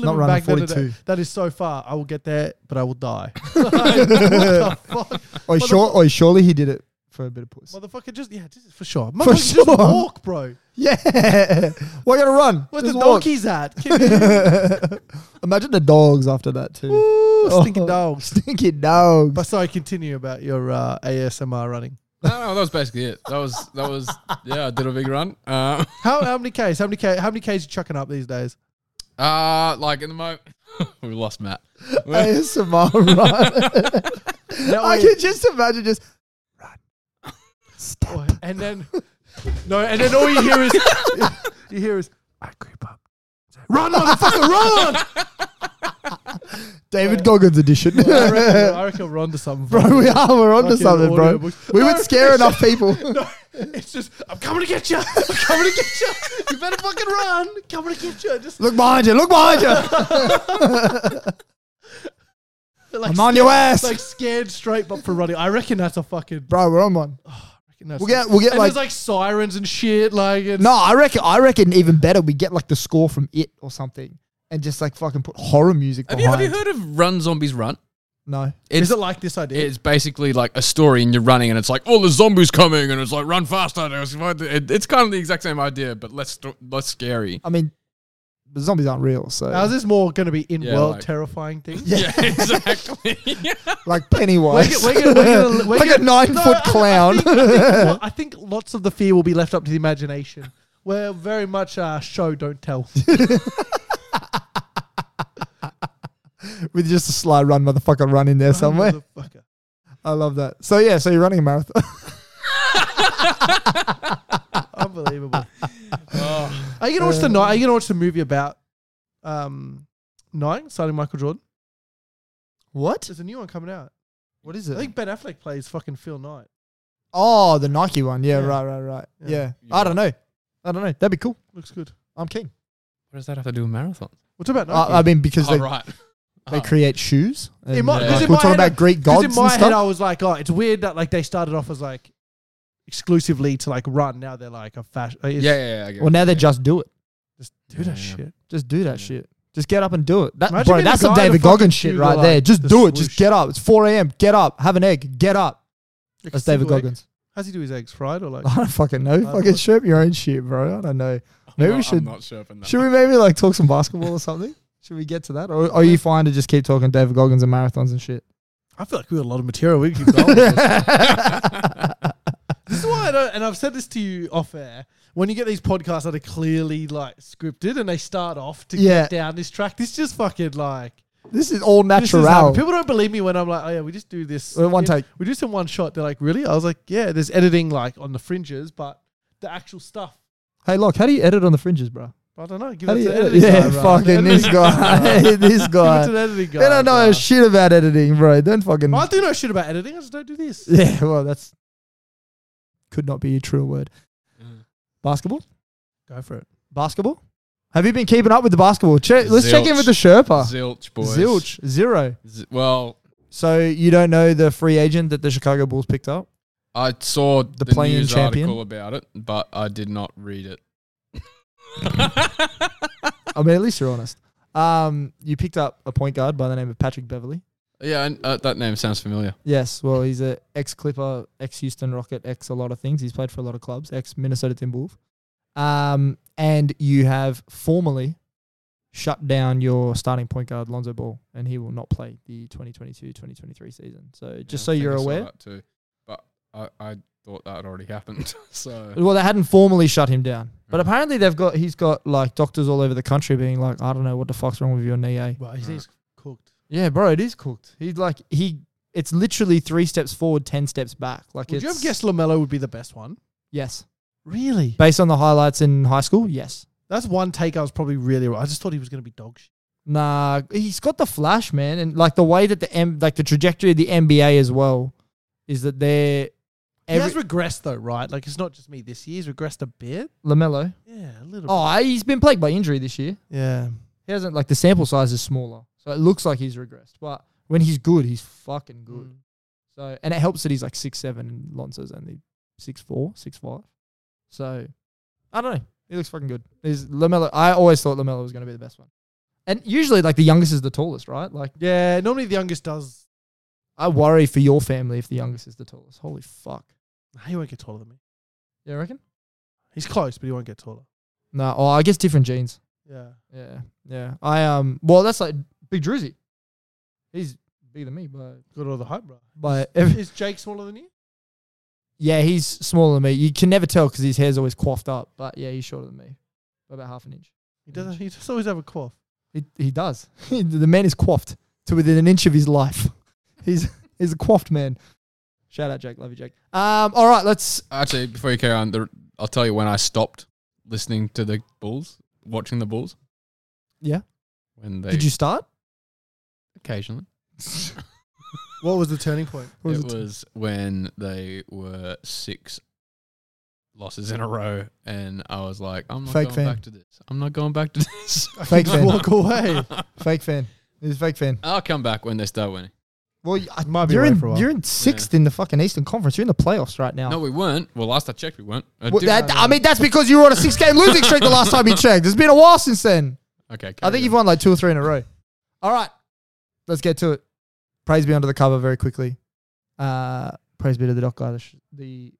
Speaker 2: Not
Speaker 4: living
Speaker 2: running
Speaker 4: back then. and
Speaker 2: 42.
Speaker 4: that- That is so far. I will get there, but I will die.
Speaker 2: *laughs*
Speaker 4: Like, what the fuck?
Speaker 2: Oi, sure, oi, surely he did it for a bit of puss.
Speaker 4: Motherfucker, just yeah, just for sure. Motherfucker,
Speaker 2: sure.
Speaker 4: just walk, bro.
Speaker 2: Yeah, *laughs* we're gonna run.
Speaker 4: Where
Speaker 2: Just
Speaker 4: the
Speaker 2: walk.
Speaker 4: donkey's at? Kid?
Speaker 2: *laughs* Imagine the dogs after that too.
Speaker 4: Ooh, stinking
Speaker 2: Oh.
Speaker 4: dogs.
Speaker 2: Stinky dogs. *laughs*
Speaker 4: But sorry, continue about your uh, ASMR running.
Speaker 3: No, no, that was basically it. That was that was yeah. I did a big run. Uh,
Speaker 4: How how many k's? How many k? How many k's you chucking up these days?
Speaker 3: uh like in the moment *laughs* we lost Matt.
Speaker 4: *laughs*
Speaker 2: ASMR run. *laughs*
Speaker 4: Now
Speaker 2: I
Speaker 4: we-
Speaker 2: can just imagine just run. Step.
Speaker 4: and then no, and then all you hear is *laughs* you hear is I creep up. Run, motherfucker, run! *laughs*
Speaker 2: David Goggins edition.
Speaker 4: I reckon, I reckon we're onto
Speaker 2: *laughs*
Speaker 4: something.
Speaker 2: bro,
Speaker 4: *laughs*
Speaker 2: we are. We're onto
Speaker 4: Fucking
Speaker 2: something, bro.
Speaker 4: audiobooks.
Speaker 2: We
Speaker 4: No,
Speaker 2: would scare enough
Speaker 4: *laughs*
Speaker 2: people. *laughs*
Speaker 4: It's just I'm coming to get you. I'm coming to get you. You better fucking run. Coming to get you. Just
Speaker 2: Look behind you. Look behind
Speaker 4: *laughs*
Speaker 2: you.
Speaker 4: like
Speaker 2: I'm on your ass,
Speaker 4: like scared straight but for running. I reckon that's a fucking.
Speaker 2: bro. We're on one.
Speaker 4: reckon that's
Speaker 2: We'll get. We'll get
Speaker 4: Oh, and
Speaker 2: like.
Speaker 4: there's like sirens and shit. Like it's,
Speaker 2: No, I reckon. I reckon even better. We get like the score from it or something, and just like fucking put horror music
Speaker 3: Have
Speaker 2: behind.
Speaker 3: you have you heard of Run Zombies Run?
Speaker 2: No.
Speaker 4: is
Speaker 3: It's
Speaker 4: it like this idea?
Speaker 3: it's basically like a story and you're running and it's like oh the zombies coming and it's like run faster. And it's like- it- It's kind of the exact same idea but less sto- less
Speaker 2: *laughs*
Speaker 3: scary. *laughs*
Speaker 2: I mean, the zombies aren't real, so
Speaker 4: Now is this more going to be in
Speaker 3: Yeah,
Speaker 4: world
Speaker 3: like-
Speaker 4: terrifying
Speaker 2: *laughs*
Speaker 4: thing?
Speaker 3: Yeah, exactly.
Speaker 4: *laughs*
Speaker 2: like Pennywise,
Speaker 4: We're gonna- we're
Speaker 2: *laughs*
Speaker 4: gonna- we're gonna- we're
Speaker 2: like a
Speaker 4: gonna-
Speaker 2: nine
Speaker 4: No,
Speaker 2: foot
Speaker 4: I- I
Speaker 2: clown.
Speaker 4: think- *laughs* I think, lo- I think lots of the fear will be left up to the imagination. We're very much uh, show
Speaker 2: *laughs*
Speaker 4: don't tell.
Speaker 2: *laughs* with just a sly run, motherfucker, run in there somewhere.
Speaker 4: Motherfucker.
Speaker 2: I love that. So yeah, so you're running a marathon. *laughs* *laughs*
Speaker 4: Unbelievable. Are you gonna
Speaker 2: Uh,
Speaker 4: watch the night? Are you gonna watch the movie about um Nine starring Michael Jordan?
Speaker 2: what?
Speaker 4: There's a new one coming out.
Speaker 2: What is
Speaker 4: I
Speaker 2: it?
Speaker 4: think Ben Affleck plays fucking Phil Knight.
Speaker 2: oh, the Nike one. Yeah,
Speaker 4: Yeah.
Speaker 2: right, right, right. Yeah.
Speaker 4: Yeah.
Speaker 2: I don't know. I don't know. That'd be cool.
Speaker 4: Looks good.
Speaker 2: I'm keen.
Speaker 3: What does that have to do with marathon?
Speaker 4: What's about Nike?
Speaker 2: I, I mean, because
Speaker 3: Oh,
Speaker 2: they,
Speaker 3: right.
Speaker 2: they create shoes.
Speaker 4: In
Speaker 2: and, uh,
Speaker 4: my-
Speaker 2: like,
Speaker 3: 'cause in
Speaker 2: we're
Speaker 4: my
Speaker 2: talking
Speaker 4: head,
Speaker 2: about Greek
Speaker 4: 'Cause
Speaker 2: gods
Speaker 4: in my
Speaker 2: and
Speaker 4: head,
Speaker 2: stuff.
Speaker 4: I was like, oh, it's weird that like they started off as like exclusively to like run. Now they're like a fashion.
Speaker 3: Yeah, yeah, yeah. I get
Speaker 2: well, now
Speaker 3: it.
Speaker 2: they just do it.
Speaker 4: just do that
Speaker 3: Yeah.
Speaker 4: shit.
Speaker 2: Just do that
Speaker 3: Yeah.
Speaker 2: shit. Just get up and do it. That,
Speaker 4: Imagine
Speaker 2: bro,
Speaker 4: being the
Speaker 2: that's some
Speaker 4: guy in
Speaker 2: David
Speaker 4: the fucking
Speaker 2: Goggins shit
Speaker 4: tube,
Speaker 2: right
Speaker 4: like,
Speaker 2: there. Just
Speaker 4: the
Speaker 2: do it. Just
Speaker 4: swoosh.
Speaker 2: get up. It's 4 a.m. Get up. Have an egg. Get up. That's David Goggins. *laughs*
Speaker 4: How's he do his eggs? Fried or like?
Speaker 2: I don't fucking know.
Speaker 4: don't
Speaker 2: Fucking
Speaker 4: know.
Speaker 2: shape your own shit, bro. I don't know. Maybe
Speaker 3: No,
Speaker 2: we should.
Speaker 3: I'm not sure if I'm not-
Speaker 2: Should we maybe like talk some basketball or something? Should we get to that, or are you fine to just keep talking David Goggins and marathons and shit?
Speaker 4: I feel like we got a lot of material. We can keep going. with
Speaker 2: *laughs*
Speaker 4: this. This is why I don't. And I've said this to you off air. When you get these podcasts that are clearly like scripted and they start off to
Speaker 2: Yeah.
Speaker 4: get down this track, this just fucking like
Speaker 2: This is all
Speaker 4: this is how-
Speaker 2: natural.
Speaker 4: People don't believe me when I'm like, oh yeah, we just do this
Speaker 2: Uh, one
Speaker 4: Yeah,
Speaker 2: take.
Speaker 4: We do some one shot. They're like, really? I was like, yeah. There's editing like on the fringes, but the actual stuff.
Speaker 2: Hey, look, how do you edit on the fringes, bro?
Speaker 4: I don't know. Give
Speaker 2: How
Speaker 4: it
Speaker 2: do you
Speaker 4: to the
Speaker 2: edit?
Speaker 4: editing guy,
Speaker 2: Yeah,
Speaker 4: bro.
Speaker 2: fucking
Speaker 4: Edit-
Speaker 2: this *laughs* guy, this
Speaker 4: Give it to
Speaker 2: guy.
Speaker 4: the editing guy.
Speaker 2: They don't know
Speaker 4: bro.
Speaker 2: shit about editing, bro. Don't fucking.
Speaker 4: I do know shit about editing. I just don't do
Speaker 2: *laughs*
Speaker 4: this.
Speaker 2: Yeah, well, that's could not be a true word.
Speaker 3: Mm.
Speaker 2: Basketball,
Speaker 4: Go for it.
Speaker 2: basketball. Have you been keeping up with the basketball? Che- let's check in with the Sherpa.
Speaker 3: Zilch boys.
Speaker 2: Zilch zero.
Speaker 3: Z- well,
Speaker 2: So you don't know the free agent that the Chicago Bulls picked up?
Speaker 3: I saw the,
Speaker 2: playing
Speaker 3: news
Speaker 2: champion?
Speaker 3: article about it, but I did not read it.
Speaker 2: I mean, at least you're honest. Um, you picked up a point guard by the name of Patrick Beverly.
Speaker 3: yeah, and, uh, that name sounds familiar.
Speaker 2: Yes, well, he's a ex Clipper, ex Houston Rocket, ex a lot of things. He's played for a lot of clubs, ex Minnesota Timberwolves. Um, and you have formally shut down your starting point guard Lonzo Ball, and he will not play the 2022-2023 season. So just
Speaker 3: Yeah,
Speaker 2: so
Speaker 3: I think
Speaker 2: you're
Speaker 3: I saw
Speaker 2: aware,
Speaker 3: that too. But I, I thought that had already happened. *laughs* so
Speaker 2: Well, they hadn't formally shut him down,
Speaker 4: Mm.
Speaker 2: but apparently they've got he's got like doctors all over the country being like, I don't know what the fuck's wrong with your knee. Eh?
Speaker 4: Well, he's, he's cooked.
Speaker 2: Yeah, bro, it is cooked. He like he. It's literally three steps forward, ten steps back. Like,
Speaker 4: Would
Speaker 2: it's,
Speaker 4: you have guessed Lamelo would be the best one?
Speaker 2: Yes,
Speaker 4: Really?
Speaker 2: based on the highlights in high school. Yes.
Speaker 4: That's one take I was probably really wrong. I just thought he was going to be dog shit.
Speaker 2: Nah, he's got the flash, man, and like the way that the M, like the trajectory of the NBA as well, is that they're
Speaker 4: he
Speaker 2: every,
Speaker 4: has regressed though, right? Like it's not just me this year. He's regressed a bit.
Speaker 2: Lamelo.
Speaker 4: Yeah, a little.
Speaker 2: Oh, he's been plagued by injury this year.
Speaker 4: bit. yeah.
Speaker 2: He hasn't like the
Speaker 4: Mm.
Speaker 2: sample size is smaller, so it looks like he's regressed. But when he's good, he's fucking good. So and it helps that he's like six seven and Lonzo's only six four, six five. So I don't know. He looks fucking good. He's Lamelo. I always thought Lamelo was going to be the best one. And usually, like the youngest is the tallest, right? Like
Speaker 4: Yeah, normally the youngest does.
Speaker 2: I worry for your family if the youngest is the tallest. Holy fuck!
Speaker 4: Nah, He won't get taller than me.
Speaker 2: Yeah, I reckon.
Speaker 4: He's close, but he won't get taller.
Speaker 2: No, oh, I guess different genes.
Speaker 4: Yeah.
Speaker 2: Yeah, yeah. I um. Well, that's like Big Druzy. He's bigger than me, but
Speaker 4: Got all the hype, bro.
Speaker 2: but every,
Speaker 4: Is Jake smaller than you?
Speaker 2: Yeah, he's smaller than me. You can never tell because his hair's always coiffed up. But yeah, he's shorter than me, by about half an inch.
Speaker 4: He doesn't. He just always have a cough.
Speaker 2: He he does. *laughs* the man is coiffed to within an inch of his life. *laughs* He's he's a coiffed man. Shout out, Jake. Love you, Jake. Um. All right, let's.
Speaker 3: Actually, before you carry on, the, I'll tell you when I stopped listening to the Bulls, watching the Bulls.
Speaker 2: Yeah.
Speaker 3: When they
Speaker 2: Did you start?
Speaker 3: occasionally.
Speaker 4: What was the turning point?
Speaker 2: Or was
Speaker 3: it was when they were six losses in a row, and I was like, "I'm not
Speaker 2: Fake
Speaker 3: going
Speaker 2: fan.
Speaker 3: back to this. I'm not going back to *laughs* this."
Speaker 2: Fake
Speaker 4: Just
Speaker 2: fan.
Speaker 4: *laughs* Walk *laughs* away.
Speaker 2: Fake fan. He's a fake fan.
Speaker 3: I'll come back when they start winning.
Speaker 2: Well, you- I-
Speaker 4: Might be
Speaker 2: you're
Speaker 4: away
Speaker 2: in
Speaker 4: for a while.
Speaker 2: you're in sixth in the fucking Eastern Conference. You're in the playoffs right now.
Speaker 3: No, we weren't. Well, last I checked, we weren't. I
Speaker 2: Oh. Well,
Speaker 3: do-
Speaker 2: that- I mean, that's because you were on a six game losing streak the last time you checked. It's been a while since then.
Speaker 3: okay,
Speaker 2: I think you've won like two or three in a row. All right, let's get to it. Praise be under the cover very quickly. Uh, praise be to the doc guy, the, sh- the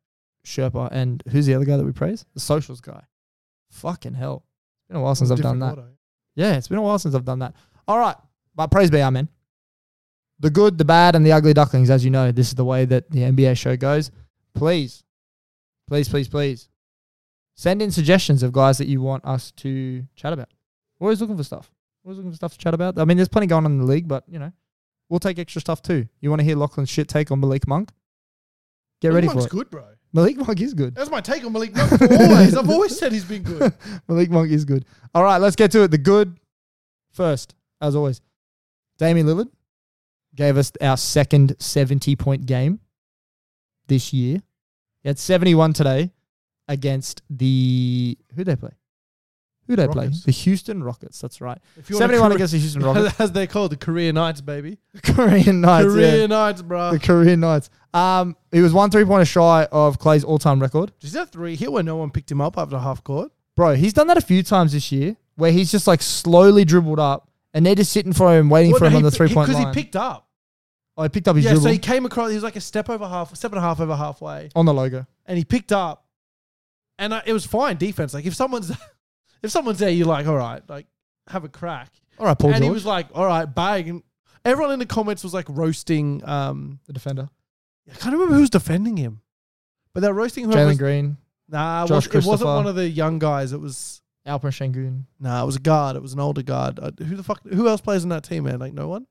Speaker 2: Sherpa, and who's the other guy that we praise? The socials guy. Fucking hell, it's been a while since I've done
Speaker 4: Different
Speaker 2: that.
Speaker 4: order.
Speaker 2: Yeah, it's been a while since I've done that. All right, but praise be, amen. The good, the bad, and the ugly ducklings. As you know, this is the way that the NBA show goes. Please, please, please, please, send in suggestions of guys that you want us to chat about. We're always looking for stuff. We're always looking for stuff to chat about. I mean, there's plenty going on in the league, but you know, we'll take extra stuff too. You want to hear Lachlan's shit take on Malik Monk? Get ready
Speaker 4: Malik Monk's
Speaker 2: for it.
Speaker 4: good, bro.
Speaker 2: Malik Monk is good.
Speaker 4: That's my take on Malik Monk. *laughs* for Always, I've always said he's been good.
Speaker 2: *laughs* Malik Monk is good. All right, let's get to it. The good first, as always. Damian Lillard gave us our second 70 point game this year. He had 71 today against the. Who they play? Who they play?
Speaker 4: Rockets.
Speaker 2: The Houston Rockets. That's right.
Speaker 4: If want a
Speaker 2: 71
Speaker 4: career- *laughs*
Speaker 2: against the Houston Rockets.
Speaker 4: as they call it, the career nights, baby.
Speaker 2: Korean Knights. yeah.
Speaker 4: career nights, bro.
Speaker 2: The Korean Knights. Um, he was one three pointer shy of Clay's all time record.
Speaker 4: Is that three here where no one picked him up after half court?
Speaker 2: Bro, he's done that a few times this year where he's just like slowly dribbled up and they're just sitting for him, waiting for him on the three point
Speaker 4: Because
Speaker 2: line.
Speaker 4: he picked up.
Speaker 2: oh, he picked up his
Speaker 4: yeah,
Speaker 2: dribble
Speaker 4: so he came across. He was like a step over half, step and a half over halfway,
Speaker 2: on the logo.
Speaker 4: and he picked up, and I, it was fine defense. Like if someone's, *laughs* if someone's there, you're like, all right, like have a crack.
Speaker 2: All right, Paul
Speaker 4: and he
Speaker 2: George,
Speaker 4: was like, all right, bag. And everyone in the comments was like roasting. Um,
Speaker 2: the defender.
Speaker 4: I can't remember who was defending him, but they were roasting whoever.
Speaker 2: Jalen
Speaker 4: was-
Speaker 2: Green,
Speaker 4: Nah, it,
Speaker 2: Josh
Speaker 4: was, it wasn't
Speaker 2: Christopher.
Speaker 4: one of the young guys. It was
Speaker 2: Alperen Shangun,
Speaker 4: nah, it was a guard. It was an older guard. Uh, who the fuck? Who else plays in that team, man? Like no one.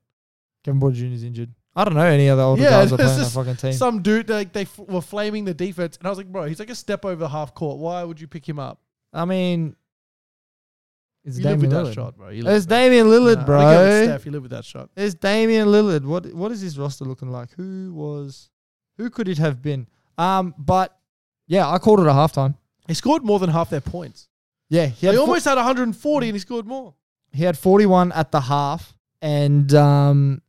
Speaker 2: Kevin Porter Jr. is injured. I don't know any other older
Speaker 4: Yeah,
Speaker 2: guys that
Speaker 4: there's
Speaker 2: play on that
Speaker 4: just
Speaker 2: fucking team.
Speaker 4: Some dude, like they f- were flaming the defense, and I was like, bro, he's like a step over half court. Why would you pick him up?
Speaker 2: I mean, it's
Speaker 4: you live
Speaker 2: Damian
Speaker 4: with
Speaker 2: Lillard.
Speaker 4: that shot, bro. You live
Speaker 2: It's
Speaker 4: with that.
Speaker 2: Damian Lillard,
Speaker 4: Nah, I get
Speaker 2: bro.
Speaker 4: with Steph, you live with that shot.
Speaker 2: It's Damian Lillard. What what is his roster looking like? Who was, who could it have been? Um, but yeah, I called it a halftime.
Speaker 4: He scored more than half their points.
Speaker 2: Yeah, he
Speaker 4: They
Speaker 2: had four-
Speaker 4: almost had 140, and he scored more.
Speaker 2: he had 41 at the half and um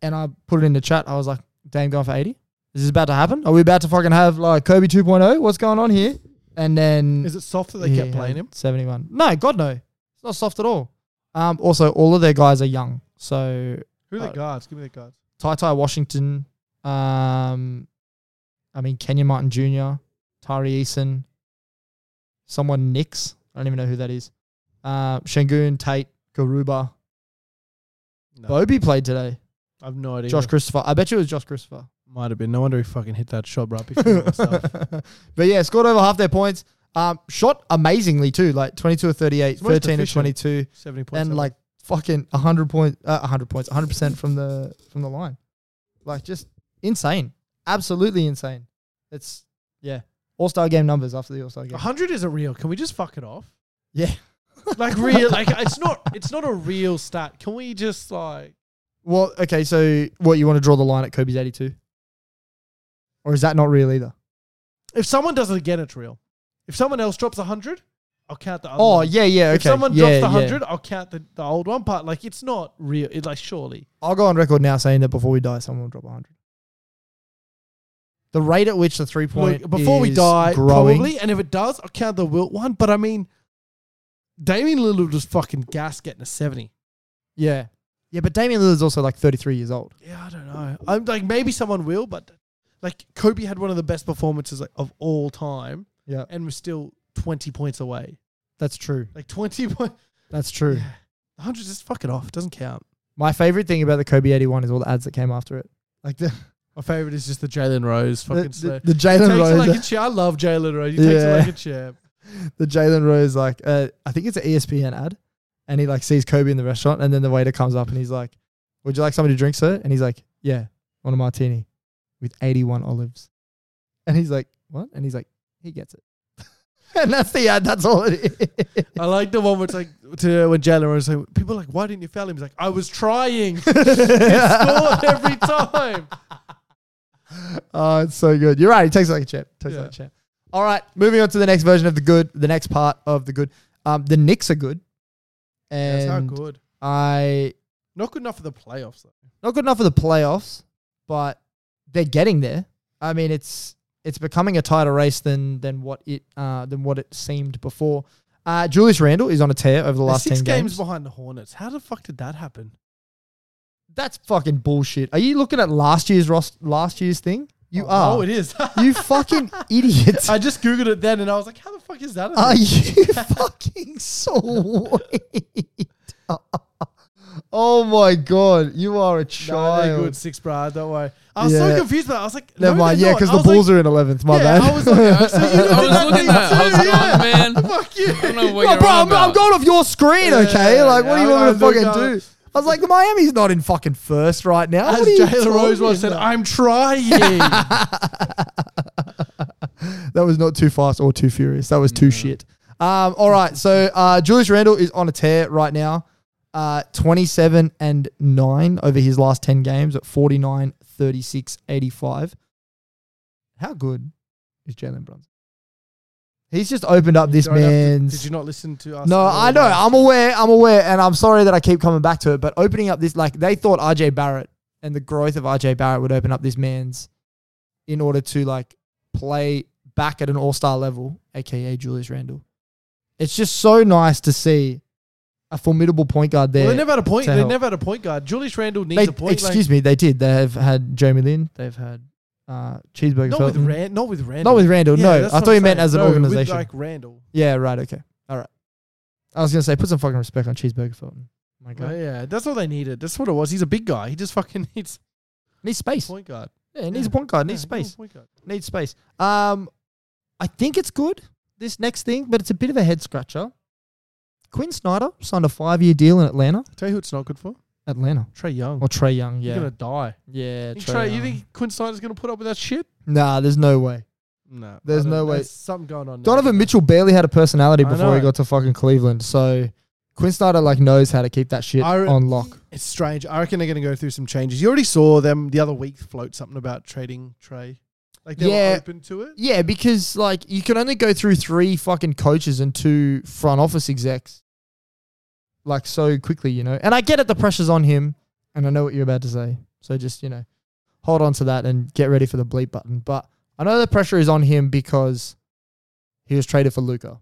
Speaker 2: and I put it in the chat. I was like, Dame going for 80? Is this about to happen? Are we about to fucking have like Kobe 2.0? What's going on here? And then
Speaker 4: Is it soft that they
Speaker 2: he
Speaker 4: kept playing
Speaker 2: had
Speaker 4: him?
Speaker 2: 71. No, God no. It's not soft at all. Um also all of their guys are young. So
Speaker 4: Who are
Speaker 2: Uh,
Speaker 4: the guards? Give me the guards.
Speaker 2: Ty Ty Washington, um I mean Kenyon Martin Jr., Tari Eason, someone Nix. I don't even know who that is. Uh, Shangun, Tate, Garuba.
Speaker 4: No,
Speaker 2: Bobby played today.
Speaker 4: I've no idea.
Speaker 2: Josh Christopher. I bet you it was Josh
Speaker 4: *laughs*
Speaker 2: Christopher.
Speaker 4: might have been. No wonder he fucking hit that shot, bro. I'd be
Speaker 2: *laughs*
Speaker 4: feeling myself.
Speaker 2: but yeah, scored over half their points. Um, shot amazingly too, like 22 of 38,
Speaker 4: He's most
Speaker 2: 13 of
Speaker 4: efficient.
Speaker 2: 22,
Speaker 4: 70 points.
Speaker 2: and like fucking 100 points, uh, 100 points, 100 percent from the from the line, like just insane, absolutely insane. It's yeah, All Star game numbers after the All Star game.
Speaker 4: 100 isn't real. Can we just fuck it off?
Speaker 2: Yeah,
Speaker 4: Like real,
Speaker 2: *laughs*
Speaker 4: like it's not. It's not a real stat. Can we just like?
Speaker 2: Well, okay, so what you want to draw the line at Kobe's 82, or is that not real either?
Speaker 4: If someone does it again, it's real. If someone else drops 100, I'll count the other
Speaker 2: Oh
Speaker 4: one.
Speaker 2: yeah, yeah. Okay.
Speaker 4: If someone
Speaker 2: yeah,
Speaker 4: drops the
Speaker 2: yeah.
Speaker 4: 100, I'll count the, the old one. But like, it's not real. It, like, surely.
Speaker 2: I'll go on record now saying that before we die, someone will drop 100. the rate at which the three point
Speaker 4: Look, before we
Speaker 2: is
Speaker 4: die,
Speaker 2: growing.
Speaker 4: probably. And if it does, I'll count the Wilt one. But I mean, Damien Lillard was fucking gas getting a 70.
Speaker 2: yeah, yeah. But Damian Lillard's also like thirty three years old.
Speaker 4: Yeah, I don't know. I'm like, maybe someone will, but like Kobe had one of the best performances like, of all time
Speaker 2: Yeah,
Speaker 4: and was still 20 points away.
Speaker 2: that's true.
Speaker 4: Like 20 points.
Speaker 2: That's true.
Speaker 4: 100 just fuck it off. It doesn't count.
Speaker 2: My favorite thing about the Kobe eighty one is all the ads that came after it, like the
Speaker 4: My favorite is just the Jalen Rose
Speaker 2: the,
Speaker 4: fucking
Speaker 2: the,
Speaker 4: slur.
Speaker 2: the
Speaker 4: Takes
Speaker 2: Jalen
Speaker 4: it
Speaker 2: Rose.
Speaker 4: like a champ. I love Jalen Rose. He takes it
Speaker 2: Yeah.
Speaker 4: like a champ.
Speaker 2: the Jalen Rose like uh, I think it's an ESPN ad, and he like sees Kobe in the restaurant, and then the waiter comes up and he's like, "Would you like something to drink, sir?" And he's like, "Yeah, on a martini with eighty-one olives," and he's like, "What?" And he's like, "He gets it," *laughs* and that's the ad. That's all it is.
Speaker 4: I like the one where it's like to uh, when Jalen Rose like people are like, why didn't you foul him? He's like, I was trying. *laughs* scored every time.
Speaker 2: Oh, it's so good. You're right. It takes like a champ. Takes
Speaker 4: Yeah.
Speaker 2: like a champ. All right, moving on to the next version of the good. The next part of the good. Um, the Knicks are good, and
Speaker 4: That's how good.
Speaker 2: I
Speaker 4: Not good enough for the playoffs though.
Speaker 2: not good enough for the playoffs, but they're getting there. I mean, it's it's becoming a tighter race than than what it uh, than what it seemed before. Uh, Julius Randle is on a tear over the
Speaker 4: They're
Speaker 2: last
Speaker 4: six
Speaker 2: ten
Speaker 4: games
Speaker 2: games.
Speaker 4: behind the Hornets. How the fuck did that happen?
Speaker 2: That's fucking bullshit. Are you looking at last year's rost- last year's thing? You are.
Speaker 4: Oh, it is. *laughs*
Speaker 2: You fucking idiot.
Speaker 4: I just googled it then, and I was like, how the fuck is that? a
Speaker 2: Are
Speaker 4: thing?
Speaker 2: you *laughs* fucking so weak? *laughs* oh my god, you are a
Speaker 4: Nah,
Speaker 2: child.
Speaker 4: they're good six, bro. Don't worry. I was
Speaker 2: Yeah.
Speaker 4: so confused, but I was like,
Speaker 2: Never
Speaker 4: no,
Speaker 2: mind,
Speaker 4: they're
Speaker 2: yeah,
Speaker 4: not.
Speaker 2: because
Speaker 4: I
Speaker 2: the
Speaker 4: was
Speaker 2: Bulls are in eleventh. My
Speaker 4: like,
Speaker 2: bad. *laughs*
Speaker 4: I was like, so you
Speaker 3: *laughs* I
Speaker 4: didn't
Speaker 3: was looking at that. I was
Speaker 4: too,
Speaker 3: going,
Speaker 4: yeah.
Speaker 3: man.
Speaker 4: *laughs*
Speaker 2: *laughs*
Speaker 4: Fuck you.
Speaker 3: I don't know what
Speaker 2: Bro,
Speaker 3: you're
Speaker 2: bro,
Speaker 3: on
Speaker 2: I'm, I'm
Speaker 3: about.
Speaker 2: going off your screen, okay?
Speaker 4: yeah,
Speaker 2: like, what do
Speaker 4: yeah,
Speaker 2: you
Speaker 4: I
Speaker 2: want me
Speaker 4: know,
Speaker 2: to
Speaker 4: I
Speaker 2: fucking
Speaker 4: know.
Speaker 2: do? I was like, Miami's not in fucking first right now.
Speaker 4: As
Speaker 2: What are you
Speaker 4: Jalen Rose
Speaker 2: talking
Speaker 4: once said,
Speaker 2: about?
Speaker 4: I'm trying.
Speaker 2: *laughs* that was not too fast or too furious. That was too shit. Um, all right, so uh, Julius Randle is on a tear right now. Uh, 27 and 9 over his last 10 games at 49, 36, 85. How good is Jalen Brunson? He's just opened up this
Speaker 4: Sorry, I-
Speaker 2: man's.
Speaker 4: Did you not listen to us?
Speaker 2: No,
Speaker 4: at all
Speaker 2: I know.
Speaker 4: about-
Speaker 2: I'm aware. I'm aware, and I'm sorry that I keep coming back to it. But opening up this, like, they thought RJ Barrett and the growth of RJ Barrett would open up this man's in order to like play back at an All Star level, aka Julius Randle. It's just so nice to see a formidable point guard there.
Speaker 4: Well, they never had a point.
Speaker 2: to
Speaker 4: They
Speaker 2: help.
Speaker 4: never had a point guard. Julius Randle needs
Speaker 2: They-
Speaker 4: a point.
Speaker 2: excuse me, they did. They have had Jamie Lynn. They've had uh, Cheeseburger.
Speaker 4: like, not with
Speaker 2: Felton.
Speaker 4: Rand. Not with Randall.
Speaker 2: Not with Randle.
Speaker 4: Yeah,
Speaker 2: no, I
Speaker 4: that's
Speaker 2: thought
Speaker 4: what
Speaker 2: you
Speaker 4: I'm
Speaker 2: meant
Speaker 4: saying.
Speaker 2: as an
Speaker 4: No, with,
Speaker 2: organization.
Speaker 4: like Randall.
Speaker 2: yeah, right. Okay. All right. I was gonna say, put some fucking respect on Cheeseburger Felton. My God.
Speaker 4: Oh, yeah, that's all they needed. That's what it was. He's a big guy. He just fucking *laughs* needs
Speaker 2: Needs space.
Speaker 4: point guard.
Speaker 2: Yeah, he needs
Speaker 4: Yeah.
Speaker 2: a point guard. Needs
Speaker 4: Yeah,
Speaker 2: space.
Speaker 4: Point guard.
Speaker 2: Needs space. Um, I think it's good this next thing, but it's a bit of a head scratcher. Quinn Snyder signed a five-year deal in Atlanta.
Speaker 4: Tell you who it's not good for.
Speaker 2: Atlanta
Speaker 4: Trey Young.
Speaker 2: or Trey Young?
Speaker 4: He's
Speaker 2: Yeah,
Speaker 4: gonna die.
Speaker 2: yeah.
Speaker 4: You, Trey, you think Quinn Snyder's gonna put up with that shit?
Speaker 2: Nah, there's no way.
Speaker 4: No.
Speaker 2: There's
Speaker 4: I don't-
Speaker 2: no way.
Speaker 4: There's something going on. there.
Speaker 2: Donovan Mitchell barely had a personality
Speaker 4: I
Speaker 2: before he
Speaker 4: know.
Speaker 2: got to fucking Cleveland. So Quinn Snyder like knows how to keep that shit
Speaker 4: I re-
Speaker 2: on lock.
Speaker 4: It's strange. I reckon they're gonna go through some changes. You already saw them the other week float something about trading Trey. Like they
Speaker 2: Yeah.
Speaker 4: were open to it.
Speaker 2: Yeah, because like you can only go through three fucking coaches and two front office execs like so quickly, you know. And I get it, the pressure's on him, and I know what you're about to say. So just, you know, hold on to that and get ready for the bleep button. But I know the pressure is on him because he was traded for Luca.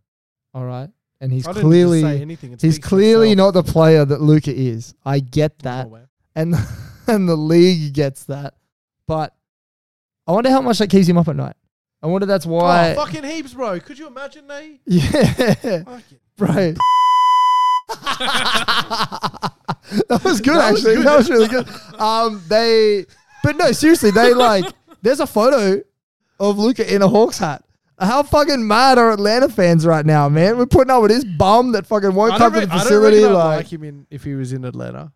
Speaker 2: All right. And he's
Speaker 4: I don't need to say
Speaker 2: clearly
Speaker 4: anything. It
Speaker 2: he's
Speaker 4: speaks for
Speaker 2: clearly
Speaker 4: itself.
Speaker 2: not the player that Luca is. I get
Speaker 4: I'm
Speaker 2: that
Speaker 4: aware.
Speaker 2: and *laughs* and the league gets that. But I wonder how much that keeps him up at night. I wonder that's why.
Speaker 4: Oh, fucking heaps, bro. Could you imagine they?
Speaker 2: *laughs* Yeah,
Speaker 4: Fucking-
Speaker 2: bro. *laughs* that was good,
Speaker 4: That was
Speaker 2: actually.
Speaker 4: good.
Speaker 2: That was really good. Um, they, but no, seriously, they
Speaker 4: *laughs*
Speaker 2: like. There's a photo of Luca in a Hawks hat. How fucking mad are Atlanta fans right now, man? We're putting up with this bum that fucking won't
Speaker 4: I
Speaker 2: come
Speaker 4: don't,
Speaker 2: to
Speaker 4: re-
Speaker 2: the
Speaker 4: I don't reckon
Speaker 2: facility.
Speaker 4: I'd
Speaker 2: Like,
Speaker 4: like him in if he was in Atlanta.